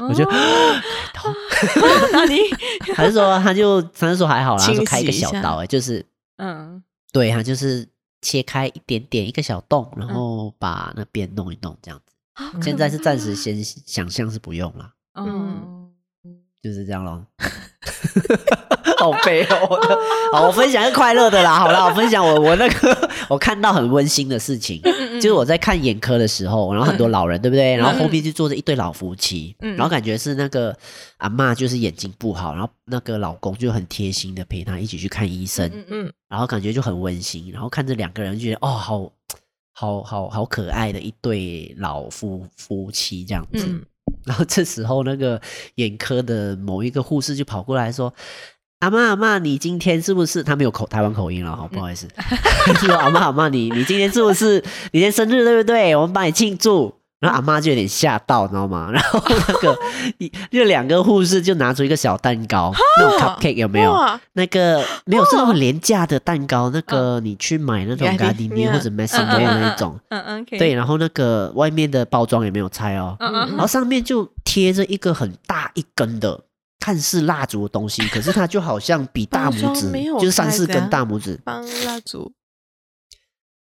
S2: 我就
S3: 哦
S5: 那你
S2: 他就说他就他就说还好啦，他
S3: 清
S2: 说
S3: 洗
S2: 开一个小
S3: 一下
S2: 刀、欸，就是
S5: 嗯
S2: 对他就是切开一点点一个小洞，然
S3: 嗯
S2: 后把那边弄一弄这样子。现在是暂时先想象是不用啦，
S5: 嗯，
S2: 就是这样咯。 好悲哦！我 的好，我分享一个快乐的啦。好啦，我分享我我那个我看到很温馨的事情，
S5: 嗯
S2: 就是我在看眼科的时候，然后很多老人，对不对？然后后面就坐着一对老夫妻，
S5: 嗯
S2: 然后感觉是那个阿嬷就是眼睛不好，然后那个老公就很贴心的陪她一起去看医生，
S5: 嗯
S3: 嗯
S2: 然后感觉就很温馨。然后看这两个人，就觉得哦，好好好好可爱的一对老夫夫妻这样子。
S3: 嗯，
S2: 然后这时候，那个眼科的某一个护士就跑过来说：“阿妈阿妈，你今天是不是？”他没有口台湾口音了，好不好意思。他就说：“阿妈阿妈，你你今天是不是你今天生日对不对？我们帮你庆祝。”然后阿妈就有点吓到，你知道吗？ 然后那个一就两个护士就拿出一个小蛋糕，那种 cupcake 有没有？
S3: 哇
S2: 那 个没有是那种廉价的蛋糕，那
S5: 哦
S2: 个你去买那种
S3: Gardenia
S2: Gardenia 或者 m a s o n 那一种，
S5: 嗯嗯，可以，
S2: 对，然后那个外面的包装也没有拆哦，
S5: 嗯
S2: 然
S5: 嗯
S2: 后上面就贴着一个很大一根的，看似蜡烛的东 西，可是它就好像比大
S3: 包
S2: 拇
S3: 装
S2: 指
S3: 没，有
S2: 就是三
S3: 开
S2: 四
S3: 的啊
S2: 根大拇指，
S3: 帮蜡烛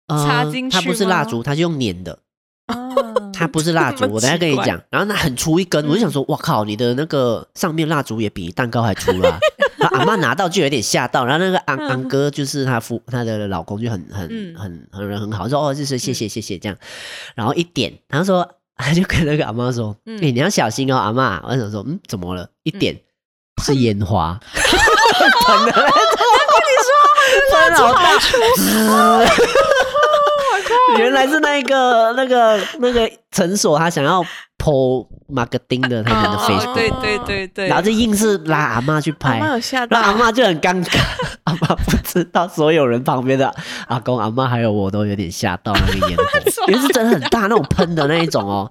S2: 呃
S5: 插进
S2: 它不
S5: 去
S2: 是蜡
S5: 吗
S2: 烛，它是用粘的，
S5: 啊，
S2: 它不是蜡
S3: 这
S2: 烛，
S3: 么
S2: 我等一下
S3: 奇
S2: 跟你
S3: 怪
S2: 讲。然后那很粗一
S5: 嗯
S2: 根，我就想说，哇靠，你的那个上面蜡烛也比蛋糕还粗 啦、然后阿妈拿到就有点吓到，然后那个昂昂哥就是她夫，她的老公就很很
S5: 嗯
S2: 很很人很好，说哦，就是谢谢谢谢这样。然后一点，然后说他就跟那个阿妈说，哎、
S5: 嗯
S2: 你要小心哦，阿妈。我想说，嗯，怎么了？一点、是烟 花，喷的那种。喷好大，原来是那个那个那个诊所，他想要 po marketing 的他们的
S5: 哦
S2: Facebook，、
S5: 对对对对，
S2: 然后就硬是拉阿妈去
S3: 阿
S2: 拍，
S3: 妈有吓
S2: 然后阿
S3: 到，
S2: 妈就很尴尬， 阿妈不知道所有人旁边的阿公、阿妈还有我都有点吓到那个烟 火，因为是真的很大那种喷的那一种哦。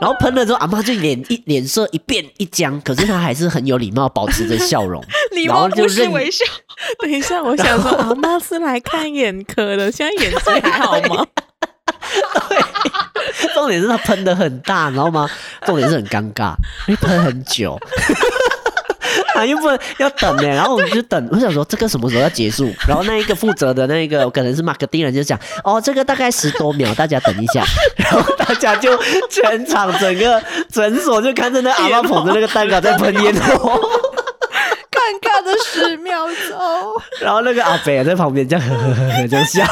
S2: 然后喷了之后，阿妈就脸一脸色一变一僵，可是她还是很有礼貌，保持着笑容，
S5: 礼
S2: 然后
S5: 貌
S2: 就
S5: 不失
S2: 认
S5: 微 笑，
S3: 等一下，我想说阿妈是来看眼科的，现在眼睛还好 吗？
S2: 重点是他喷的很大，你知道吗？重点是很尴尬，因为喷很久， 啊，又不能要等呢、然后我们就等，我想说这个什么时候要结束？然后那一个负责的那个可能是马克丁人就讲，哦，这个大概十多秒，大家等一下。 然后大家就全场整个诊所就看着那阿妈捧着那个蛋糕在喷烟火，
S3: 尴尬的十秒 钟，
S2: 然后那个阿北也在旁边这样呵呵呵呵这样笑。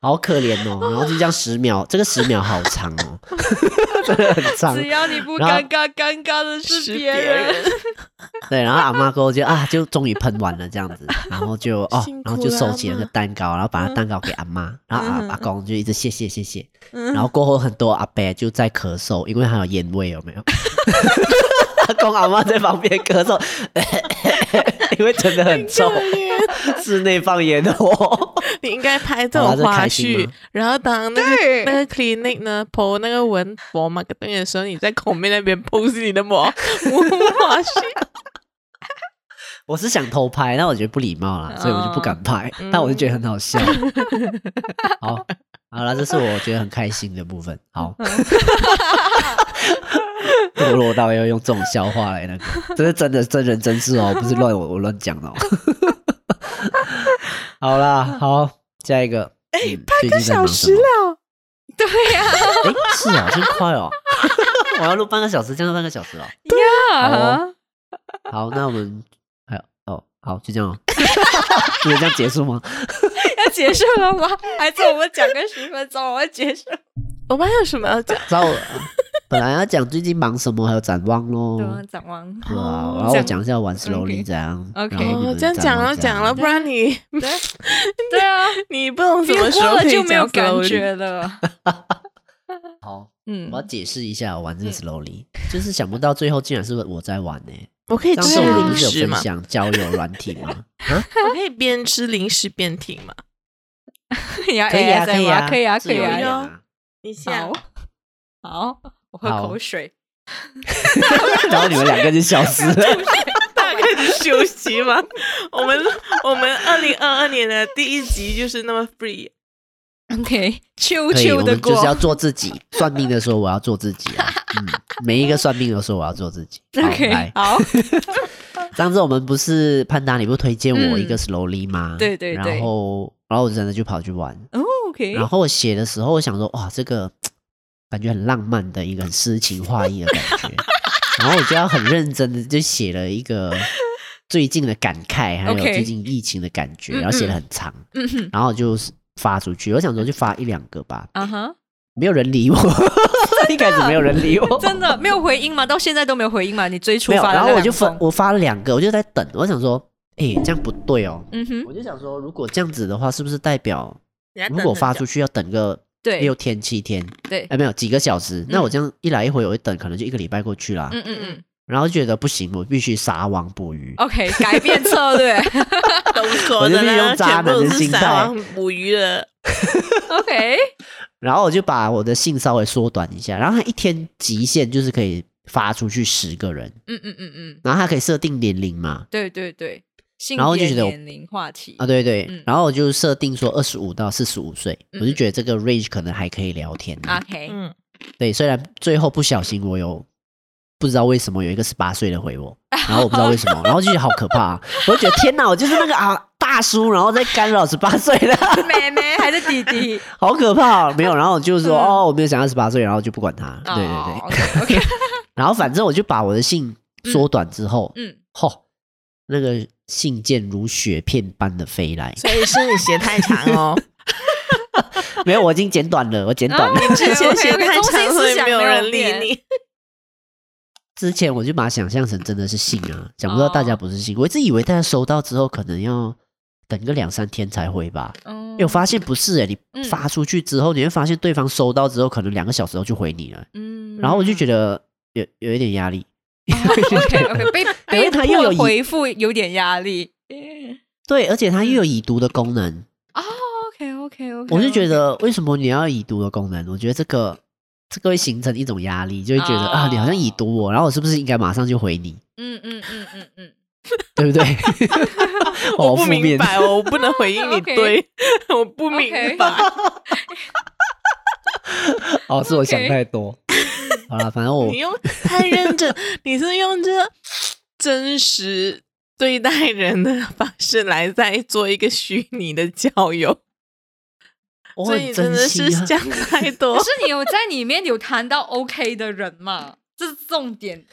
S2: 好可怜哦，然后就这样十秒，这个十秒好长哦， 真的很长。
S5: 只要你不
S2: 然后
S5: 尴尬，尴尬的是
S3: 是
S5: 别
S3: 别
S5: 人。
S2: 对，然后阿妈过后就啊，就终于喷完了这样子，然后就哦
S3: 辛，
S2: 然后
S3: 苦
S2: 就
S3: 了
S2: 收
S3: 阿嗯
S2: 起了
S3: 嬷
S2: 那个蛋糕，然后把那蛋糕给阿妈，然后阿阿公就一直谢谢谢谢，
S3: 嗯
S2: 然后过后很多阿伯就在咳嗽，因为还有烟味，有没 有？阿公阿妈在旁边咳嗽， 因为真的很臭，室内放烟哦火。
S3: 你应该拍这
S2: 好啦
S3: 种
S2: 这
S3: 花
S2: 开心
S3: 絮
S2: 吗，
S3: 然后当那
S5: 对
S3: 个 那个 clinic 呢 po 那个文博嘛，对的时候，你在口面那边 pose 你的模 模花絮，
S2: 我是想偷拍，但我觉得不礼貌啦，所以我就不敢拍。
S3: 嗯
S2: 但我就觉得很好笑。
S3: 嗯
S2: 好，好了，这是我觉得很开心的部分。好， 堕落到要用这种笑话来那个，这是真的真人真事哦，不是乱我我乱讲的哦。 好啦，好，下一个。哎、半
S3: 个小时
S2: 了，
S3: 了，
S5: 对呀、
S2: 哎、是啊，真快哦！ 我要录半个小时，这样半个小时哦。好
S5: 呀
S2: 哦，好，那我 们还有哦，好，就这样、哦， 就这样结束吗？
S5: 要结束了吗？ 还是我们讲个十分钟，我们结束？
S3: 我们还有什么要讲？
S2: 然后本来要讲最近忙什么，还有展望喽
S5: 对。啊，展望。
S2: 对啊
S3: 哦，
S2: 然后我讲一下玩
S5: 这样
S2: slowly 这样。
S5: OK
S2: 然后你
S3: 哦，
S2: 们
S3: 这样
S2: 展
S3: 讲
S2: 望
S3: 了
S2: 这样
S3: 讲了，不然你
S5: 对， 对啊，
S3: 你不 懂什么时
S5: 过
S3: 候
S5: 了
S3: 可以
S5: 就没有
S3: 讲
S5: 感
S3: slowly
S5: 觉了。
S2: 好，
S5: 嗯
S2: 我要解释一下我玩这个 slowly，就是想不到最后竟然是我在玩呢。
S3: 我可以
S2: 上
S3: 吃
S2: 次我们
S3: 零
S2: 不是
S3: 食
S2: 有
S3: 吗
S2: 分？享交友软体 吗？
S3: 我可以边吃零食边听吗？
S5: 你要
S2: 可以啊，可以
S5: ASMR
S2: 啊，
S5: 可以啊，可
S2: 自
S5: 以
S2: 由一
S5: 啊
S2: 点。
S3: 有
S2: 啊。
S3: 一下
S5: 好，好，我喝
S2: 好
S5: 口水。
S2: 然后你们两个就消失了。
S3: 大概是 休息吗？我们我们二零二二年的第一集就是那么 free，
S5: OK，秋
S2: 可以，我
S5: 秋的
S2: 们就是要
S5: 过。
S2: 做自己。算命的说我要做自己啊，嗯，每一个算命的说我要做自己。好
S5: OK，
S2: 来，
S5: 好，
S2: 上次我们不是潘达，你不是推荐我一个
S5: 嗯
S2: slowly 吗？
S5: 对对对
S2: 然后，然后我真的就跑去玩，
S5: 哦，OK，
S2: 然后我写的时候，我想说，哇，这个感觉很浪漫的一个很诗情画意的感觉。然后我就要很认真的就写了一个最近的感慨，还有
S5: OK
S2: 最近疫情的感觉
S5: 嗯
S2: 然后写的很长，
S5: 嗯哼，
S2: 然后就是发出去。我想说就发一两个吧，
S5: 啊哈，
S2: 没有人理我，一开始没有人理 我，
S5: 真的没有回应吗？到现在都没有回应吗？你最初
S2: 没有。
S5: 发的
S2: 然后
S5: 那
S2: 我
S5: 两
S2: 就发
S5: 封
S2: 我发了两个，我就在等，我想说，哎，这样不对哦。
S5: 嗯哼，
S2: 我就想说，如果这样子的话，是不是代表
S3: 你要
S2: 如
S3: 等
S2: 果
S3: 很
S2: 发
S3: 久
S2: 出去要等个
S5: 对嗯
S2: 六天七天？
S5: 对
S2: 哎，，没有几个小时，那我这样一来一回，我一等可能就一个礼拜过去啦。
S5: 嗯嗯嗯
S2: 然后就觉得不行，我必须撒网捕鱼。
S5: ，OK，改变策 略
S3: 都说
S2: 我
S3: 的
S2: 就是
S3: 啦，
S2: 用渣
S3: 全部
S2: 男
S3: 都
S2: 的
S3: 是
S2: 心
S3: 撒
S2: 态
S3: 网捕鱼的。
S5: ，OK，
S2: 然后我就把我的信稍微缩短一下，然后它一天极限就是可以发出去十个人，
S5: 嗯嗯嗯嗯，
S2: 然后它可以设定年龄嘛。
S5: 对对对，性
S2: 然后就
S5: 别
S2: 觉得我
S5: 年龄话题
S2: 啊，对对，
S5: 嗯
S2: 然后我就设定说二十五到四十五岁，
S5: 嗯啊
S2: 我就觉得这个 range 可能还可以聊天。
S5: ，OK，
S3: 嗯，
S2: 对，虽然最后不小心我有不知道为什么有一个十八岁的回 我，然后我不知道为什么，然后就觉得好可怕、啊，我就觉得天哪，我就是那个啊大叔，然后在干扰十八岁的，
S5: 妹妹哎还是弟弟？
S2: 好可怕、啊。没有，然后我就
S5: 嗯
S2: 说、哦，我没有想到十八岁，然后就不管他。对
S5: 哦
S2: 对对，
S5: 对，OK，
S2: 然后反正我就把我的信缩短之后，
S5: 嗯，
S2: 吼、那个信件如雪片般的飞来，
S3: 所以是你写太长 哦，
S2: 没有，我已经剪短了，我剪短
S5: 啊
S2: 了。
S3: 之前写
S5: OK，OK，
S3: 太
S5: 中心
S3: 长，
S5: 思
S3: 所以
S5: 想
S3: 没有
S5: 没有
S3: 人理
S5: 变
S3: 你。
S2: 之前我就把它想象成真的是信啊，想不到大家不是信，我一直以为大家收到之后可能要等个两三天才回吧。
S5: 嗯
S2: 因为我发现不是哎、
S5: 嗯
S2: 你发出去之后，你会发现对方收到之后，可能两个小时后就回你了，
S5: 嗯
S2: 然后我就觉得有有一点压力，
S5: OK OK，被
S2: 因
S5: 被
S2: 为他又有
S5: 迫
S2: 疑
S5: 回复有点压力。
S2: 对，而且它又有已读的功能，
S5: 哦，OK OK OK，
S2: 我就觉得为什么你要已读的功能？我觉得这个这个会形成一种压力，就会觉得、
S5: 哦
S2: 啊，你好像已读我，然后我是不是应该马上就回你，
S5: 嗯嗯嗯嗯嗯，
S2: 对不对？
S3: 我
S2: 好
S3: 不
S2: 负面
S3: 明白，我不能回 应你。
S5: OK
S3: 对， 我不明
S5: OK
S3: 白。
S2: 哦，是我想
S5: OK
S2: 太多。好了，反正我
S3: 你用太认真， 你是用这真实对待人的方式来在做一个虚拟的交友，
S2: 我
S3: 所以
S2: 很
S3: 真
S2: 珍
S3: 的
S2: 惜
S3: 是
S2: 啊
S3: 想 太多
S5: 可。是你有在里面有谈到 OK 的人嘛？这是重点。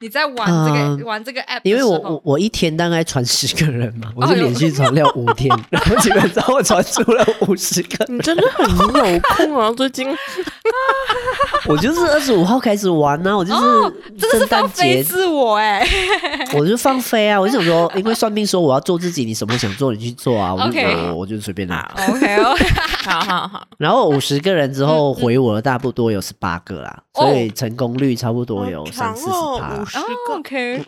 S5: 你在玩这个、
S2: 嗯
S5: 玩这个 app，
S2: 因为我
S5: 的时候
S2: 我我一天大概传十个人嘛，我
S5: 哦
S2: 是
S5: 有
S2: 连续传了五天，然后基本上我传出了五十 个。
S3: 你真的很有空啊，最 近
S2: 我就是二十五号开始玩呢、我就
S5: 哦
S2: 是
S5: 真的是
S2: 圣
S5: 放
S2: 诞
S5: 飞
S2: 节，
S5: 自我哎、
S2: 我就放飞啊！我就想说，因为算命说我要做自己，你什么想做你去做啊，我就
S5: OK
S2: 我我就随便拿。
S5: 哦 OK OK，
S3: 好好好，
S2: 然后五十个人之后回我的大不多有十八个啦，
S5: 嗯哦
S2: 所以成功率差不多有
S3: 好
S2: 三四十
S3: 长哦
S2: 趴啦
S3: 50。
S5: 哦 OK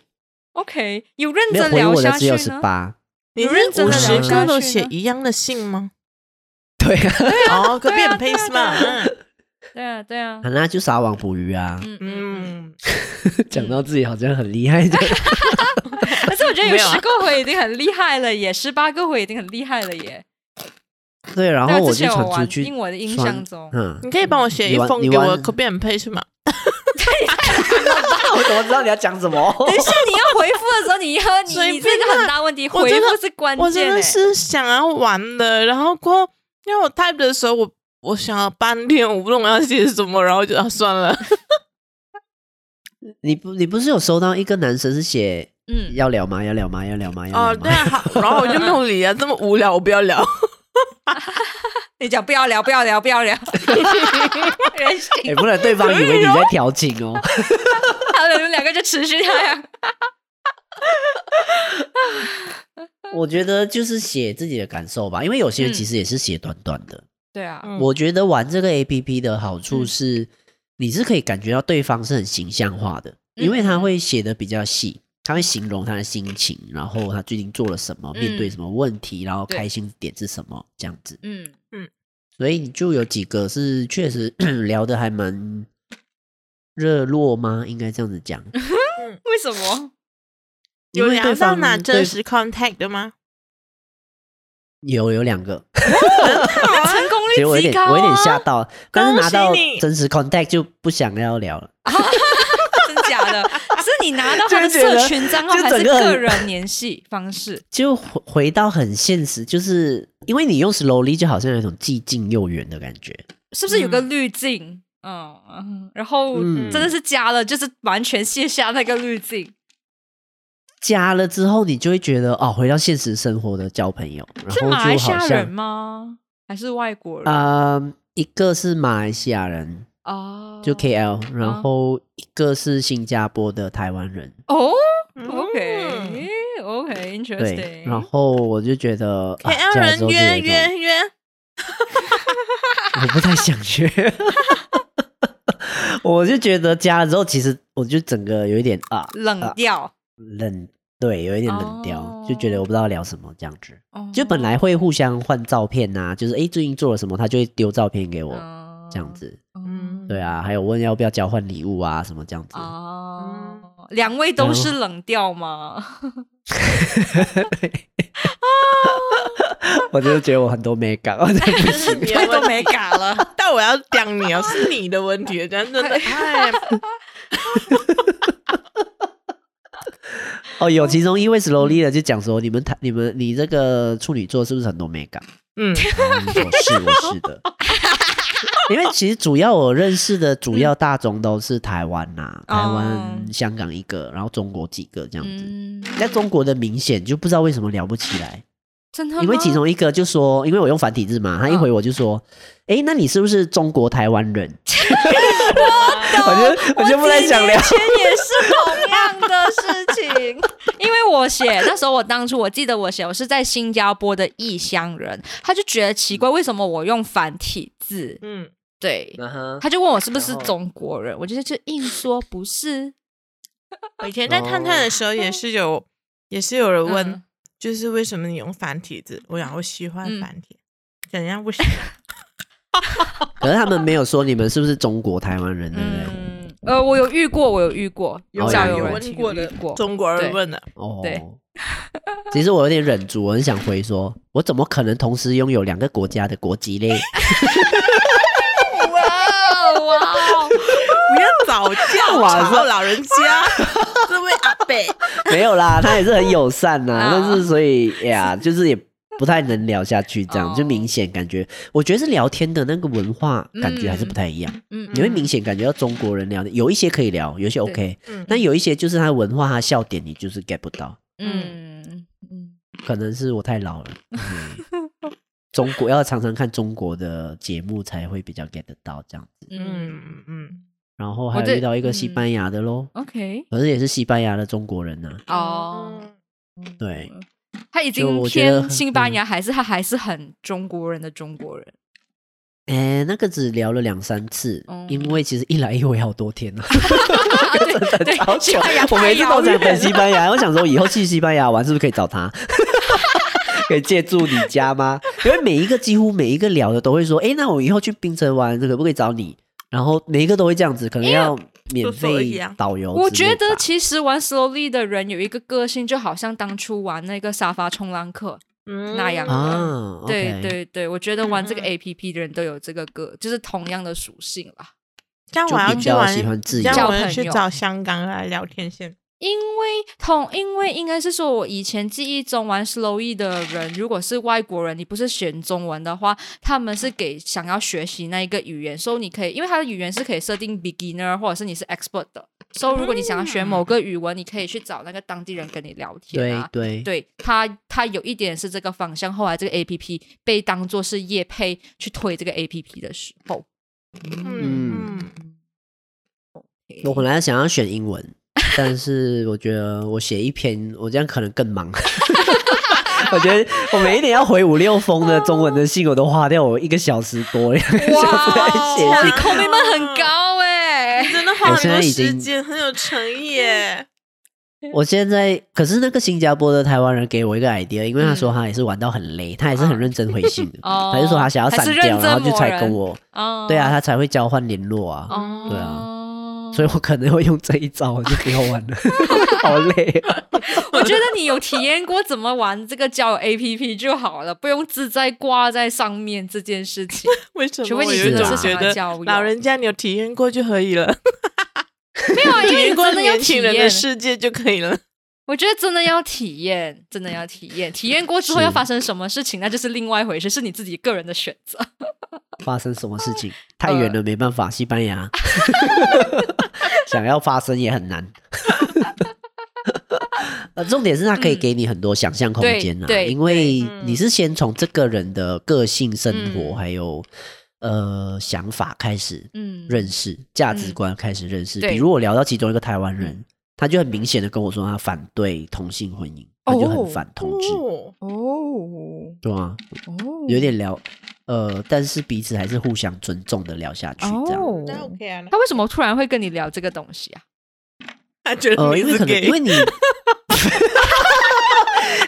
S5: OK，有认
S2: 没有
S5: 真
S2: 回
S5: 聊
S2: 我的
S5: 下
S2: 只
S5: 去
S2: 有
S5: 呢？
S2: 十八，
S3: 你
S5: 有认
S3: 是
S5: 真
S3: 五
S2: 地
S3: 十
S2: 聊
S5: 下
S3: 个都
S5: 去
S3: 写
S5: 呢
S3: 一样的信吗？
S2: 对啊，
S3: 哦，可
S5: 对
S3: 变
S5: 啊对
S3: pace
S5: 啊对
S3: 嘛
S5: 啊
S3: 嗯
S5: 对啊对啊，
S2: 那就撒网捕鱼啊！
S5: 嗯嗯，嗯
S3: 嗯，
S2: 讲到自己好像很厉害的，
S5: 可是我觉
S3: 没
S5: 得有
S3: 有啊
S5: 十个回已经很厉害了耶，十八个回已经很厉害了耶。
S2: 对，然后
S5: 对啊
S2: 我
S5: 之
S2: 就
S5: 前
S2: 传
S5: 我
S2: 出
S5: 玩
S2: 去
S5: 因为我的印
S2: 传
S5: 象中
S2: 嗯，
S3: 你可以帮我写
S2: 你
S3: 一
S2: 玩
S3: 封
S2: 你
S3: 给我
S2: 玩
S3: copy and paste 吗？
S2: 我怎么知道你要讲什 么？
S5: 等一下你要回复的时候，你要你
S3: 随
S5: 你这
S3: 便
S5: 个很
S3: 啦
S5: 大问题，
S3: 我
S5: 回
S3: 真的
S5: 复是关
S3: 我真
S5: 键、
S3: 的
S5: 欸。
S3: 是想要玩的，然后过后因为我 type 的时候，我我想了半天，我不懂要写什么，然后就啊算了，
S2: 你不你不是有收到一个男生是写
S5: 嗯，
S2: 要聊吗？要聊吗？要聊吗？要
S3: 哦
S2: 聊
S3: 对
S2: 吗？哎
S3: 啊，好，然后我就没有理啊，这么无聊，我不要聊。
S5: 你讲不要聊，不要聊，不要 聊， 人
S2: 哎、
S5: 性，
S2: 不然对方以为你在调情 哦。
S5: 他们两个就持续那 样。
S2: 我觉得就是写自己的感受吧，因为有些人
S5: 嗯
S2: 其实也是写短短的。
S5: 对啊，
S3: 嗯
S2: 我觉得玩这个 A P P 的好处
S5: 嗯
S2: 是，你是可以感觉到对方是很形象化的，因为
S5: 嗯
S2: 他会写的比较细，他会形容他的心情，然后他最近做了什么，
S5: 嗯
S2: 面对什么问题，然后
S5: 对
S2: 开心点是什么，这样子。
S5: 嗯，
S2: 所以你就有几个是确实 聊的还蛮热络吗？应该这样子 讲，
S5: 为什么？
S2: 因
S3: 有
S2: 为
S3: 聊
S2: 对
S3: 到
S2: 方
S3: 拿
S2: 对
S3: 真实 contact 的吗？
S2: 有有两个，
S5: 那成功率
S2: 其实我有
S5: 极
S2: 点
S5: 高、啊，
S2: 我有点吓到，但是拿到
S3: 恭喜你
S2: 真实 contact 就不想要聊了。
S5: 真假 的？是你拿到他的
S2: 就觉得
S5: 社群账号，
S2: 就
S5: 还
S2: 整
S5: 是
S2: 个很
S5: 个人联系方式？
S2: 就回回到很现实，就是因为你用 slowly 就好像有一种既近又远的感觉。
S5: 是不是有个滤镜？嗯嗯，然后
S2: 嗯
S5: 真的是加了，就是完全卸下那个滤镜，
S2: 加了之后，你就会觉得哦，回到现实生活的交朋友，然
S5: 是马
S2: 后
S5: 来
S2: 就
S5: 西
S2: 好
S5: 亚人
S2: 像，
S5: 吗？还是外国人？
S2: 呃，一个是马来西亚人，
S5: 哦，
S2: 就 KL，、然后一个是新加坡的台湾人，
S5: 哦
S3: 嗯
S5: ，OK OK，interesting。
S2: 对，然后我就觉得啊
S3: KL
S2: 加了
S3: 人
S2: 之后就有
S3: 约
S2: 一种
S3: 约约，
S2: 我不太想学。 我就觉得加了之后，其实我就整个有一点啊
S5: 冷掉，
S2: 冷，对，有一点冷掉，
S5: 哦
S2: 就觉得我不知道聊什么这样子。
S5: 哦
S2: 就本来会互相换照片呐、就是诶最近做了什么，他就会丢照片给我、
S5: 嗯
S2: 这样，子。
S5: 嗯，
S2: 对啊，还有问要不要交换礼物啊什么这样子。
S5: 哦，两位都是冷掉 吗？
S2: 我就觉得我很多美 感，我真的不行
S3: 你
S5: 都没嘎了，
S3: 但我要讲 你哦，是你的问题，真的，哎，
S2: 哦，有其中一
S5: 嗯
S2: 位 slowly 的就讲说，你们谈你们你这个处女座是不是很多美感？
S3: 嗯，
S2: 嗯，我是我是的。 因为其实主要我认识的主要大众都是台湾呐、
S5: 嗯哦
S2: 台湾、香港一个，然后中国几个这样子。
S5: 嗯，
S2: 在中国的明显就不知道为什么聊不起来，
S5: 真的吗，
S2: 因为其中一个就说，因为我用繁体字嘛，他
S5: 嗯
S2: 一回我就说，诶，那你是不是中国台湾 人？我就我就不太想聊
S5: 我。几年前也是同样的事情， 因为我写那时候我当初我记得我写我是在新加坡的异乡人，他就觉得奇怪，为什么我用繁体字？
S3: 嗯，
S5: 对，
S2: 嗯哼
S5: 他就问我是不是
S2: 然后
S5: 中国人，我就就硬说不是。
S3: 我以前在探探的时候也是有，也是有人问
S5: 哦嗯，
S3: 就是为什么你用繁体字？我讲我喜欢
S5: 嗯
S3: 繁体，怎样不喜 欢？
S2: 可是他们没有说你们是不是中国台湾人，对不对？
S5: 嗯，呃，我有遇过，我有遇过，
S2: 哦有
S5: 交友
S2: 有
S5: 软
S2: 问
S5: 件
S3: 过
S5: 有遇
S3: 的
S5: 过，
S3: 中国人
S5: 对
S3: 问的，
S2: 哦，
S5: 对。
S2: 其实我有点忍住，我很想回说，我怎么可能同时拥有两个国家的国籍嘞？
S5: 哇哦哇 哦，
S3: 不要早教
S2: 晚
S3: 吵
S2: 上
S3: 老 人家，这位啊阿北，
S2: 没有 啦，他也是很友善呐、
S5: 啊
S2: 但是所以哎 呀，就是也不太能聊下去，这样、
S5: 哦
S2: 就明显感觉，我觉得是聊天的那个文化感觉还是不太一样，
S5: 嗯，
S2: 你会明显感觉到中国人聊的有一些可以聊，有一些 OK，
S3: 嗯
S2: 但有一些就是他的文化他笑点你就是 get 不到，
S5: 嗯嗯，
S2: 可能是我太老 了。嗯中国要常常看中国的节目才会比较 get 得到这样子，
S5: 嗯
S3: 嗯嗯，
S2: 然后
S5: 我
S2: 还有
S5: 对
S2: 遇到一个
S5: 嗯
S2: 西班牙的咯，
S5: ，OK，
S2: 可是也是西班牙的中国人呐、
S5: 哦。
S2: 对，
S5: 他已
S2: 就
S5: 经
S2: 我觉得
S5: 偏
S2: 很嗯
S5: 西班啊牙，还是他还是很中国人的中国人？
S2: 哎，那个只聊了两三次，
S5: 哦
S2: 因为其实一来一回好多天啊 呢、
S5: 对对，
S2: 好久
S5: 西班牙。
S2: 我每次都想
S5: 太遥
S2: 等
S5: 远
S2: 西班牙，我想说以后去西班牙玩是不是可以找他？ 可以借住你家吗？因为每一个几乎每一个聊的都会说，哎，那我以后去槟城玩，可不可以找你？然后每一个都会这样子，可能要免
S3: 都说一
S2: 费
S3: 样
S2: 导游之类的吧。
S5: 我觉得其实玩 slowly 的人有一个个性，就好像当初玩那个沙发冲浪课。
S3: 嗯
S5: 那样
S2: 啊，
S5: 对
S2: OK，
S5: 对对，我觉得玩这个
S3: 嗯
S5: A P P 的人都有这个个，就是同样的属性啦。
S3: 但
S2: 就
S3: 我要
S2: 比
S3: 去
S2: 较
S3: 玩，
S2: 喜欢自
S3: 这
S2: 由
S3: 样我要
S5: 交朋
S3: 去
S5: 友
S3: 找香港来聊天先。
S5: 因为通，因为应该是说，我以前记忆中玩 slow e 的人，如果是外国人，你不是选中文的话，他们是给想要学习那一个语言，所、以你可以，因为它的语言是可以设定 beginner 或者是你是 expert 的，所、以如果你想要学某个语文，你可以去找那个当地人跟你聊天
S2: 对
S5: 啊。
S2: 对
S5: 对他，他有一点是这个方向。后来这个 A P P 被当做是业配去推这个 A P P 的时候，
S3: 嗯嗯，
S2: 我本来想要选英 文，但是我觉得我写一篇，我这样可能更忙。 我觉得我每一年要回五六封的中文的信，我都花掉我一个小时多，两个小时在写
S5: 你
S2: 信。
S5: 口碑们很高哎、
S3: 你啊真的花
S2: 我
S3: 很
S2: 现在
S3: 多
S2: 已经
S3: 时间，很有诚意 耶。
S2: 我现在可是那个新加坡的台湾人给我一个 idea，因为他说他也是玩到很累，他也是很认真回信的，
S5: 嗯啊哦
S2: 他就说他想要删
S5: 还是
S2: 掉，
S5: 认真
S2: 然后就才
S5: 磨人
S2: 跟我，
S5: 哦
S2: 对啊，，他才会交换联络啊。
S5: 哦，
S2: 对啊所以我可能会用这一招，我就不要玩 了，好累、啊。
S5: 我觉得你有体验过怎么玩这个交友 APP 就好了，不用自在挂在上面这件事情。
S3: 为什
S5: 除
S3: 么
S5: 非
S3: 我
S5: 你
S3: 有一
S2: 真的
S3: 种
S2: 是
S3: 觉
S5: 想要
S3: 得
S5: 交友
S3: 老人家你有体验过就可以了，
S5: 没 有，啊，因
S3: 体
S5: 为
S3: 验
S5: 你
S3: 过
S5: 真的要
S3: 年
S5: 体
S3: 轻人的
S5: 验，
S3: 世界就可以了。
S5: 我觉得真的要体验，真的要体验。体验过之后
S2: 是
S5: 要发生什么事情，那就是另外一回事，是你自己个人的选择。
S2: 发生什么事 情？太远
S5: 呃
S2: 了，没办法，西班牙 想要发生也很 难。呃，重点是它可以给你很多想象空间啊，
S5: 嗯对对
S2: 因为
S3: 对嗯
S2: 你是先从这个人的个性、生活
S5: 嗯
S2: 还有呃想法开始
S5: 嗯，
S2: 认识，价值
S5: 嗯
S2: 观开始认识。
S5: 对嗯
S2: 比如我聊到其中一个台湾人，他就很明显的跟我说他反对同性婚姻，他就
S5: 哦
S2: 很反同志，
S3: 哦，
S5: 哦
S2: 对吗？
S5: 哦
S2: 有点聊，呃，但是彼此还是互相尊重的聊下去，这样。
S5: 哦
S3: 那 OK 啊，
S5: 他为什么突然会跟你聊这个东西啊？
S3: 他觉得
S2: 呃，
S3: 你
S2: 因为
S3: 是
S2: 可能
S3: gay
S2: 因为你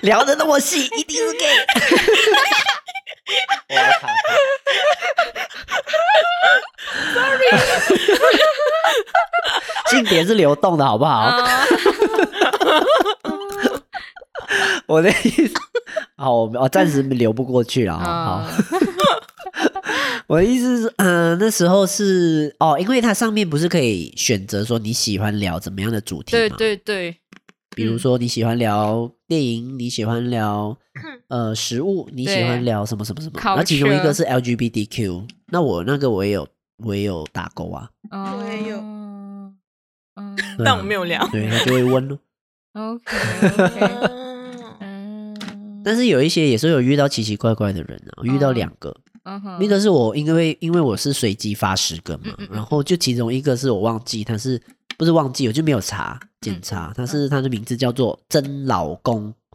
S2: 聊的那么细，一定是 gay。我要卡。Sorry。性别是流动的，好不好？
S5: 啊，
S2: 我的意思，好，我们我哦暂时流不过去了啊。好
S5: 啊，
S2: 我的意思是，嗯、那时候是哦，因为它上面不是可以选择说你喜欢聊怎么样的主题
S5: 对
S2: 嘛？
S5: 对对，
S2: 比
S5: 嗯
S2: 如说你喜欢聊电影，你喜欢 聊呃食物，你喜欢聊什么什么什么。
S5: Culture
S2: 那其中一个是 LGBTQ，那我那个我也有我也有打勾啊，
S5: 哦
S3: 我也有
S5: 嗯
S2: 对啊
S3: 但我没有聊。
S2: 对 他就会问咯。
S5: ，OK
S3: 嗯
S5: OK，嗯，
S2: 但是有一些也是有遇到奇奇怪怪的人啊，我遇到两个，
S5: 嗯哼
S2: 一个是我因为因为我是随机发十个嘛
S5: 嗯嗯，嗯
S2: 然后就其中一个是我忘记他是不是忘记我就没有查
S5: 嗯
S2: 检查，他是他的名字叫做真老 公，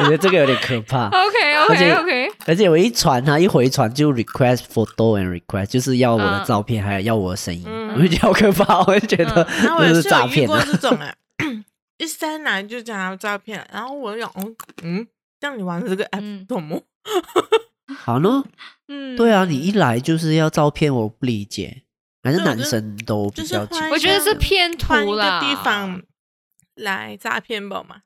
S2: 我觉得这个有点可怕。
S5: OK
S2: 而且
S5: OK OK，
S2: 而且我一传他一回传就 request photo and request，就是要我的照片，还有要我的声音，
S3: 嗯
S2: 我就觉得好可怕，我就觉得
S3: 然后我
S2: 这
S3: 也
S2: 是
S3: 是
S2: 诈
S3: 有遇
S2: 骗
S3: 过
S2: 啊！
S3: 这种啊， 一塞奶就讲他诈骗，然后我就想，嗯嗯，让你玩的这个 app
S5: 嗯
S3: 懂吗？
S2: 好呢，
S5: 嗯，
S2: 对啊，你一来就是要照片，我不理解，还是
S3: 对我
S2: 男
S3: 就
S2: 生都比
S3: 就是
S2: 较奇
S3: 换一
S5: 我觉得是
S3: 个
S5: 偏
S3: 换一
S5: 图
S3: 个
S5: 啦，
S3: 地方来诈骗吧嘛。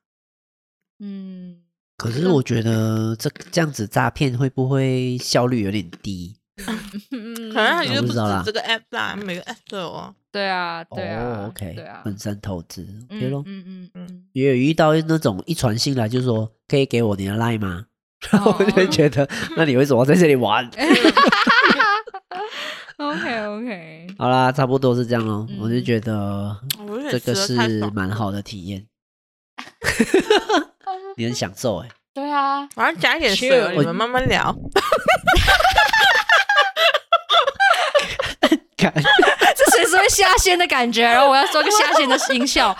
S5: 嗯，
S2: 可是我觉得这这样子诈骗会不会效率有点低？
S5: 嗯，
S3: 可能他
S2: 嗯
S3: 就是
S2: 我不
S3: 不
S2: 知道啦
S3: 止这个 app 啦，每个 app 都有 哦。
S5: 对啊，对啊
S2: 哦，OK，
S5: 对啊，
S2: 本身投资
S5: 嗯
S2: OK 咯。
S5: 嗯嗯嗯，
S2: 也有遇到那种一传信来就说可以给我你的 line 吗？
S5: 嗯
S2: 然 后我就会觉得，
S3: 嗯
S2: 那你为什么在这里 玩？
S5: OK OK，
S2: 好啦，差不多是这样咯。
S5: 嗯
S2: 我就觉得
S3: 我有
S2: 这
S3: 点
S2: 个
S3: 吃
S2: 是
S3: 得太爽
S2: 蛮好的体 验，你很享受 哎、
S5: 对啊，
S3: 我要加一点水哦，
S5: Chill
S3: 你们慢 慢聊。
S2: 欸。
S5: 这随时会下线的感觉，然后我要做个下线的 音效，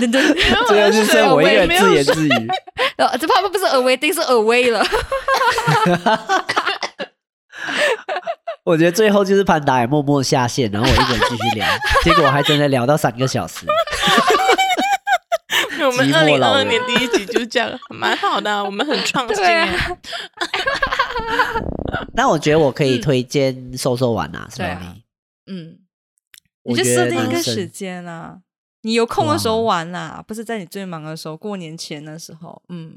S5: 等等，
S2: 这个就是
S5: 水
S2: 我一
S5: 味
S2: 个人
S5: 啊没
S2: 自
S5: 有
S2: 言自 语。
S5: 呃，这怕不是 away，定是 away 了，
S2: 我觉得最后就是潘达也默默下线，然后我一个人继续 聊，结果还真的聊到三个小时。
S3: 因为我们
S2: 寂
S3: 二
S2: 寞
S3: 零
S2: 老
S3: 二二
S2: 人
S3: 年第一集就这样，蛮好的啊，我们很创新
S5: 对
S3: 耶。
S5: 啊
S2: 但我觉得我可以推荐瘦瘦玩啊，是
S5: 嗯对
S2: 吧
S5: 啊？嗯，你
S2: 我
S5: 就
S2: 觉
S5: 设
S2: 得
S5: 定一
S2: 男
S5: 个
S2: 生
S5: 时间啊，你有空的时候玩啦，不是在你最忙的时候，过年前的时候，嗯，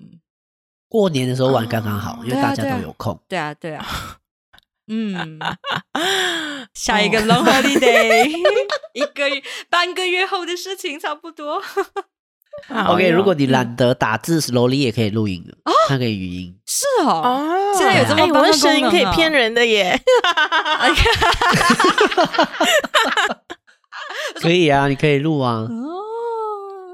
S2: 过年的时候玩刚刚好，因为
S5: 哦对啊
S2: 大家
S5: 对啊
S2: 都有空。
S5: 对啊对啊，嗯，下
S2: 哦
S5: 一个
S3: 哦
S5: long holiday，一个月半个月后的事情差 不多。
S3: 好
S2: OK，
S3: 哟
S2: 如果
S5: 嗯
S2: 你懒得打字，Loli 也可以录音的，
S5: 哦
S2: 它可以语音。
S5: 是哦，
S3: 哦，
S5: 现在有这么
S3: 哎
S5: 棒
S3: 我
S5: 的
S3: 的声音
S5: 功能
S3: 可以
S5: 啊
S3: 骗人的耶，
S2: 可以啊，你可以录 啊，
S5: 哦，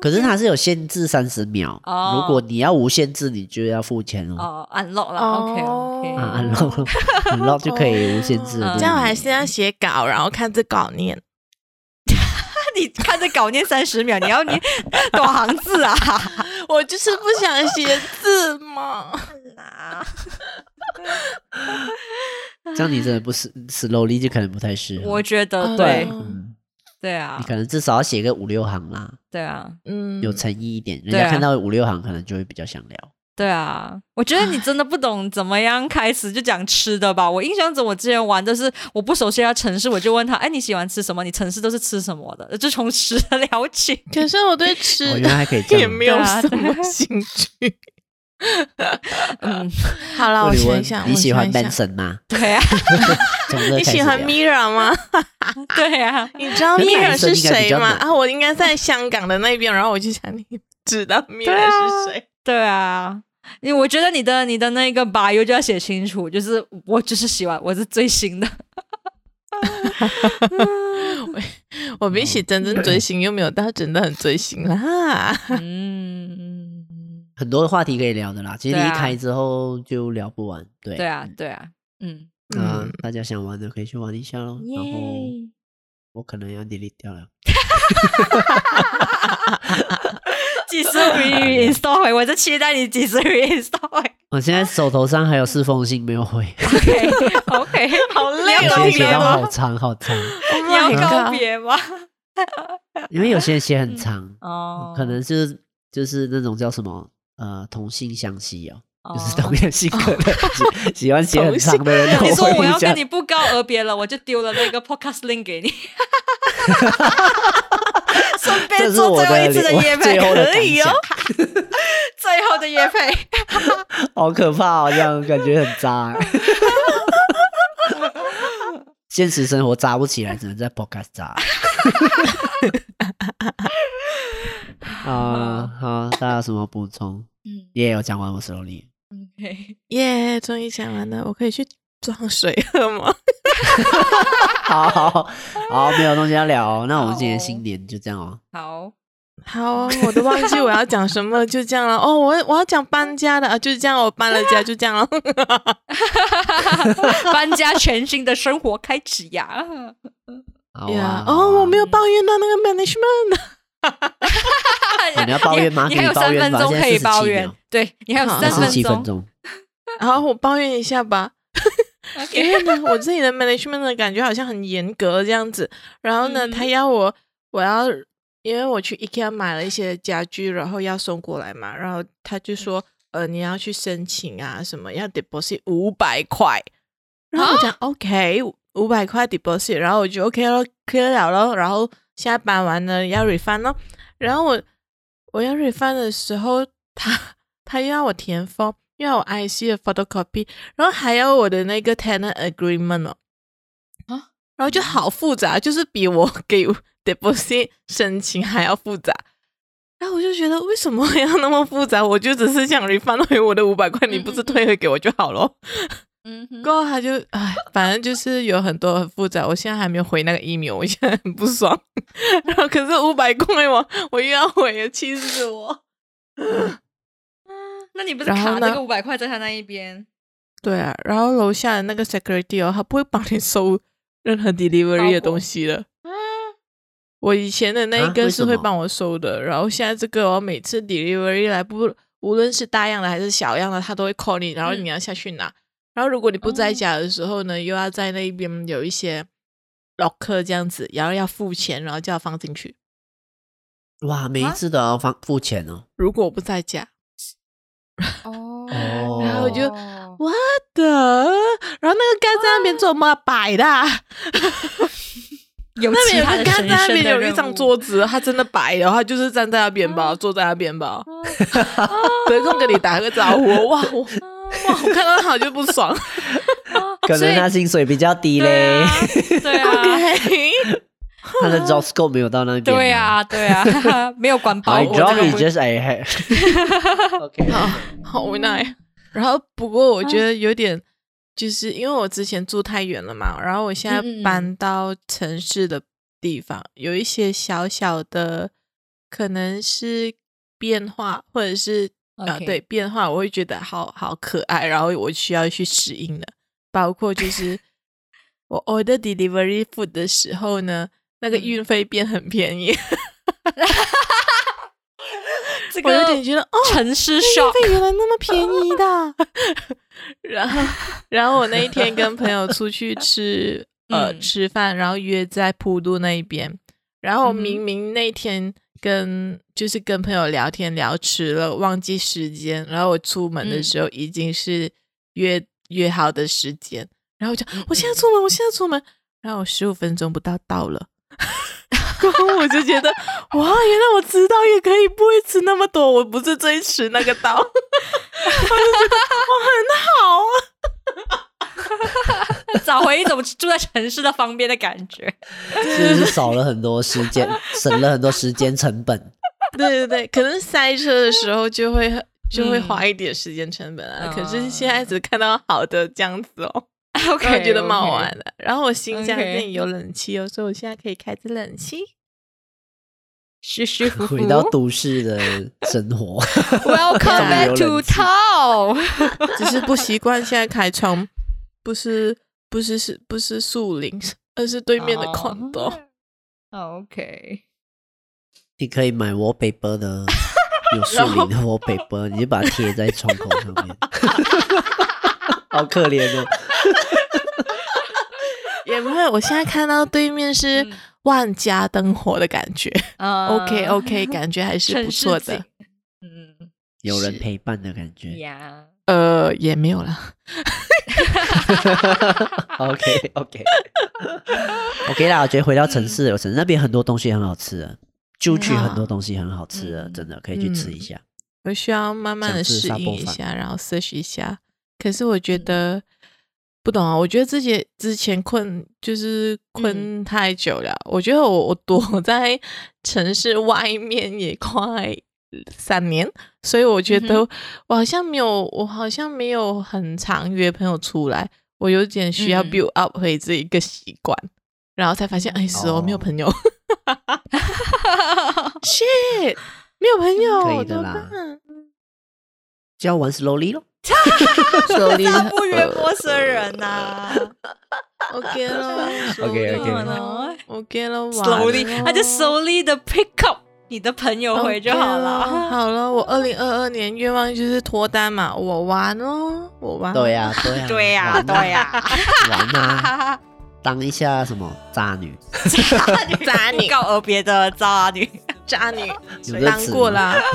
S2: 可是它是有限制三十秒。
S5: 哦
S2: 如果你要无限制，你就要付钱哦。
S5: 哦，unlock 了
S3: 哦
S5: ，OK OK，
S2: 啊，按漏 按漏 就可以无限制
S5: 哦
S2: 的。
S3: 这样我还是要写稿，然后看这稿念。
S5: 你看着稿念三十秒，你要念 多少行 字啊？
S3: 我就是不想写字嘛。
S2: 这样你真的不是 slowly 就可能不太适合。
S5: 我觉得
S3: 哦
S5: 对
S2: 嗯，
S5: 对啊
S2: 你，可能至少要写个五六行啦，
S5: 对啊，
S3: 嗯，
S2: 有诚意一点，人
S5: 对啊
S2: 家看到五六行可能就会比较想聊。
S5: 对啊，我觉得你真的不懂怎么样开始就讲吃的吧。我印象中我之前玩的是我不熟悉他城市，我就问他，哎，你喜欢吃什么？你城市都是吃什么的？就从吃的聊起。
S3: 可是我对
S2: 我
S3: 吃
S2: 哦原来还可以这
S3: 也
S2: 样。
S3: 没有
S5: 对啊
S3: 什么兴趣。
S5: 嗯，
S3: 好了，我
S2: 你
S3: 想
S2: 问
S3: 一想，
S2: 你
S3: 我
S2: 喜欢
S3: 想一想
S2: Benson 吗？
S5: 对啊，
S2: 从这开
S3: 你
S2: 始
S3: 喜欢
S2: 聊
S3: Mira 吗？
S5: 对啊，
S3: 你知道
S2: 可是
S3: Mira
S2: 男生
S3: 是
S2: 应该比
S3: 谁
S2: 较
S3: 吗？
S2: 冷
S3: 啊，我应该在香港的那边，然后我就想你知道 Mira
S5: 啊
S3: 是谁？
S5: 对啊。因为我觉得你的你的那个 bio 就要写清楚，就是我就是喜欢，我是最新的。
S3: 我比起真正追星又没有到真的很追星啦。
S5: 嗯，
S2: 很多话题可以聊的啦。其实你
S5: 对
S2: 一
S5: 啊
S2: 开之后就聊不完，对
S5: 对啊，对啊，嗯，
S2: 那
S3: 嗯
S2: 大家想玩的可以去玩一下咯。然后我可能要 delete 掉了。
S5: 几时 reinstall 回？我在期待你几时 reinstall 回。
S2: 我哦现在手头上还有四封信没有回，
S5: OK OK，好累
S3: 要
S2: 有
S3: 告
S2: 些
S3: 别
S2: 写到
S3: 吗
S2: 好长好长，
S5: 你要告别吗？
S2: 因为有些写很长，
S5: 嗯哦
S2: 可能就是就是那种叫什么呃同性相吸哦，
S5: 哦
S2: 就是 同样性格的喜喜欢写很长的人，
S5: 你说
S2: 会
S5: 我要
S2: 一下
S5: 跟你不告而别了，我就丢了那个 podcast link 给你， 顺
S2: 这
S5: 便
S2: 是
S5: 做
S2: 我
S5: 最后一次
S2: 的
S5: 的
S2: 我
S5: 夜配
S2: 最后的
S5: 可以哦， 最后的夜配。
S2: 好可怕哦，这 样感觉很渣。现实生活扎不起来，只能在 podcast 扎。 啊、好，大家有什么补充？
S5: 嗯
S2: 耶、我讲完我 s l o
S5: ，OK，
S3: 耶，终于讲完了，我可以去装水喝吗？
S2: 好好好，没有东西要聊哦、那我们今年新年就这样哦。
S5: 好，
S3: 好哦，我都忘记我要讲什么了，就这样了。哦，我我要讲搬家的啊，就这样，我搬了家，就这样了。
S5: 搬家全新的生活开始呀！
S2: 好啊
S3: 呀，，哦，我没
S2: 有。
S3: 有抱怨到那个 management，
S2: 哦你要抱怨吗
S5: 哎你还有
S2: 可以抱
S5: 三
S2: 怨
S5: 分
S2: 吧
S5: 钟
S2: 现在
S5: 可以
S2: 47
S5: 抱怨
S2: 秒，
S5: 对你还有
S3: 好
S5: 三
S2: 十七分
S5: 钟。
S2: 钟，
S3: 好，我抱怨一下吧。因
S5: OK，
S3: 为呢，我自己 的 management 的感觉好像很严格这样子。然后呢，
S5: 嗯
S3: 他要我，我要，因为我去 IKEA 买了一些家具，然后要送过来嘛，然后他就说，
S5: 嗯
S3: 呃，你要去申请啊，什么要 deposit 五百块。然后我
S5: 啊
S3: 讲 OK，五百块 deposit，然后我就 OK 咯 c l 了咯，然后下班完了要 refund 咯，然后我我要 refund 的时候，他他又要我填 form，又要我 IC 的 photocopy，然后还要我的那个 tenant agreement 哦，
S5: 啊，
S3: 然后就好复杂，就是比我给 deposit 申请还要复杂。然后我就觉得为什么要那么复杂？我就只是想 refund 回我的五百块，你不是退回给我就好咯。
S5: 嗯哼
S3: 过后他就哎，反正就是有很多很复杂。我现在还没有回那个 email，我现在很不爽。 然后可是五百块我我又要回了，气死我！
S5: 那你不是
S3: 然后
S5: 卡那
S3: 呢
S5: 个五百块在他那一边？
S3: 对啊，然后楼下的那个 security 哦，他不会帮你收任何
S5: 包
S3: delivery
S5: 裹啊
S3: 的东西的。我以前的那一
S2: 啊为
S3: 个
S2: 什
S3: 是会
S2: 么
S3: 帮我收的，然后现在这个我哦每次 delivery 来不，无论是大样的还是小样的，他都会 call 你，然后
S5: 嗯
S3: 你要下去拿。然后如果你不在
S5: 哦
S3: 家的时候呢，又要在那边有一些 locker 这样子，然后要付钱，然后就要放进去。
S2: 哇，每一次都
S5: 啊
S2: 要放付钱哦。
S3: 如果我不在家，
S5: 哦
S2: 然
S3: 后我就我的，然后那个杆在
S5: 啊
S3: 那边做嘛摆的啊、
S5: 有
S3: 那
S5: 其
S3: 边有
S5: 他
S3: 个
S5: 的
S3: 杆，
S5: 神
S3: 那
S5: 圣
S3: 边
S5: 的
S3: 有
S5: 任
S3: 一张
S5: 务
S3: 桌子，他真的摆的，他就是站在那边
S5: 嗯
S3: 吧，坐在那边吧，
S5: 哦
S3: 得空跟你打个招呼。哇，我哇，我看到他我就不爽。
S5: 啊
S2: 可
S5: 所以
S2: 能他薪水比较低
S5: 对
S2: 嘞
S5: 啊，， 对啊，
S3: OK，
S2: 他的 job scope 没有到那边。
S5: 对啊，对啊， 没有管饱
S2: ，my
S5: 我这
S2: job
S5: 个
S2: is
S5: 不
S2: just a hair。OK，
S3: 好无奈。 然后不过
S5: 啊
S3: 我觉得有点，就是因为我之前住太远了嘛，然后我现在
S5: 嗯嗯嗯
S3: 搬到城市的地方，有一些小小的可能是变化，或者是啊
S5: OK
S3: 对变化，我会觉得好好可爱，然后我需要去适应的，包括 就是我 order delivery food 的时候呢，那个
S5: 嗯
S3: 运费变很便宜，
S5: 这
S3: 我有
S5: 个
S3: 点觉得哦，
S5: 城市
S3: 运
S5: shock，
S3: 费原来那么便宜的。 然后，然后我那一天跟朋友出去吃呃
S5: 嗯
S3: 吃饭，然后约在普渡那一边。然后我
S5: 嗯哼
S3: 明明那天跟就是跟朋友聊天聊迟了，忘记时间。然后我出门的
S5: 嗯
S3: 时候已经是约、约好的时间，然后我就
S5: 嗯
S3: 我现在出门，我现在出门。然后我十五分钟不到到 了。然后我就觉得，哇，原来我迟到也可以不会吃那么多，我不是最迟那个到，我就 觉得我很好啊。
S5: 找回一种住在城市的方便的感 觉。
S2: 是不是少了很多时 间，省了很多时间成本？
S3: 对 对对，可能塞车的时候就会就会
S5: 嗯
S3: 花一点时间成本啊。
S5: 啊
S3: 可是现在只看到好的这样子哦，我
S5: OK，
S3: 觉得蛮好
S5: OK
S3: 玩的。然后我新家
S5: OK
S3: 里有冷气哦，所以我现在可以开着冷气。
S5: 舒舒服服。
S2: 回到都市的生活，
S5: Welcome back
S2: 终于有
S5: to
S2: 冷气
S5: town。
S3: 只是不习惯现在开窗，不是不是是不是树林，而是 对面的
S5: 哦
S2: Oh.
S3: condo。
S5: OK，
S2: 你可以买 wallpaper 的，有树林的 wallpaper，你就把它贴在窗口上 面。好可怜哦，
S3: 也不会，我现在看到对面是
S5: 嗯
S3: 万家灯火的感觉、
S5: 呃
S3: o k OK，感觉还是不
S5: 城市
S3: 错
S5: 景
S3: 的。
S5: 嗯
S2: 有人
S3: 是
S2: 陪伴的感觉。
S5: 呀，
S3: 呃，也没有啦，
S2: OK OK OK 啦，我觉得回到城市，有城市那边很多东西很好吃的，就去很多东西很好吃的，
S5: 嗯
S2: 真的可以去吃一下。
S3: 我需要慢慢
S2: 想
S3: 的
S2: 吃
S3: 适
S2: 沙
S3: 应
S2: 煲
S3: 一
S2: 饭
S3: 下，然后 search 一下。可是我觉
S2: 嗯
S3: 得、不懂啊，我觉得自己之前困就是
S2: 嗯
S3: 困太久了，我觉得我我躲 在城市外面也快三年，所以我觉得
S5: 嗯
S3: 我好像没有，我好像没有很常约朋友出来，我有点需要
S5: 嗯
S3: build up 回这一个习惯，然后才发现，哎，是哦，
S2: 哦
S3: 没有朋友 ，shit，没有朋友，
S2: 可以的啦就要玩 slowly 咯。
S3: 手里呃
S5: 他不约陌生人啊 呐
S3: OK 咯
S2: OK，OK
S3: slowly
S5: 哦
S3: 咯，OK 咯完了
S5: ，slowly，他就 slowly 的 pick up 你的朋友回就好
S3: OK 咯
S5: 了。
S3: 好了，我二零二二年愿望就是脱单嘛，我玩咯，我玩。
S2: 对呀、 对呀、
S5: 对呀，
S2: 玩啊
S5: 对呀，
S2: 玩啊， 当一下什么渣女，
S3: 渣
S5: 不
S3: 女，
S5: 告而别的渣女，
S3: 渣女，
S2: 有这
S3: 当
S2: 词
S3: 过
S2: 吗
S3: 啦。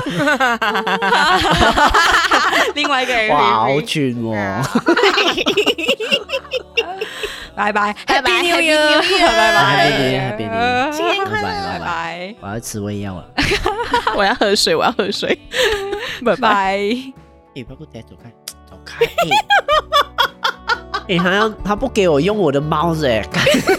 S5: 另外一个人，
S2: 哇，好蠢哦！
S5: 拜拜，
S3: 拜拜
S5: Happy New
S3: Happy
S5: Year，
S3: New Year
S5: 拜
S2: Happy
S5: 拜
S2: New Year，Happy New Year 新年快乐拜
S5: 拜拜
S2: 拜我要吃胃 药了。 啊
S3: 我要喝水，我要 喝水，拜
S5: 拜。拜。
S2: 你不要给我带走 开，走开！哎、欸欸，他要他不给我用我的 mouse 哎、欸，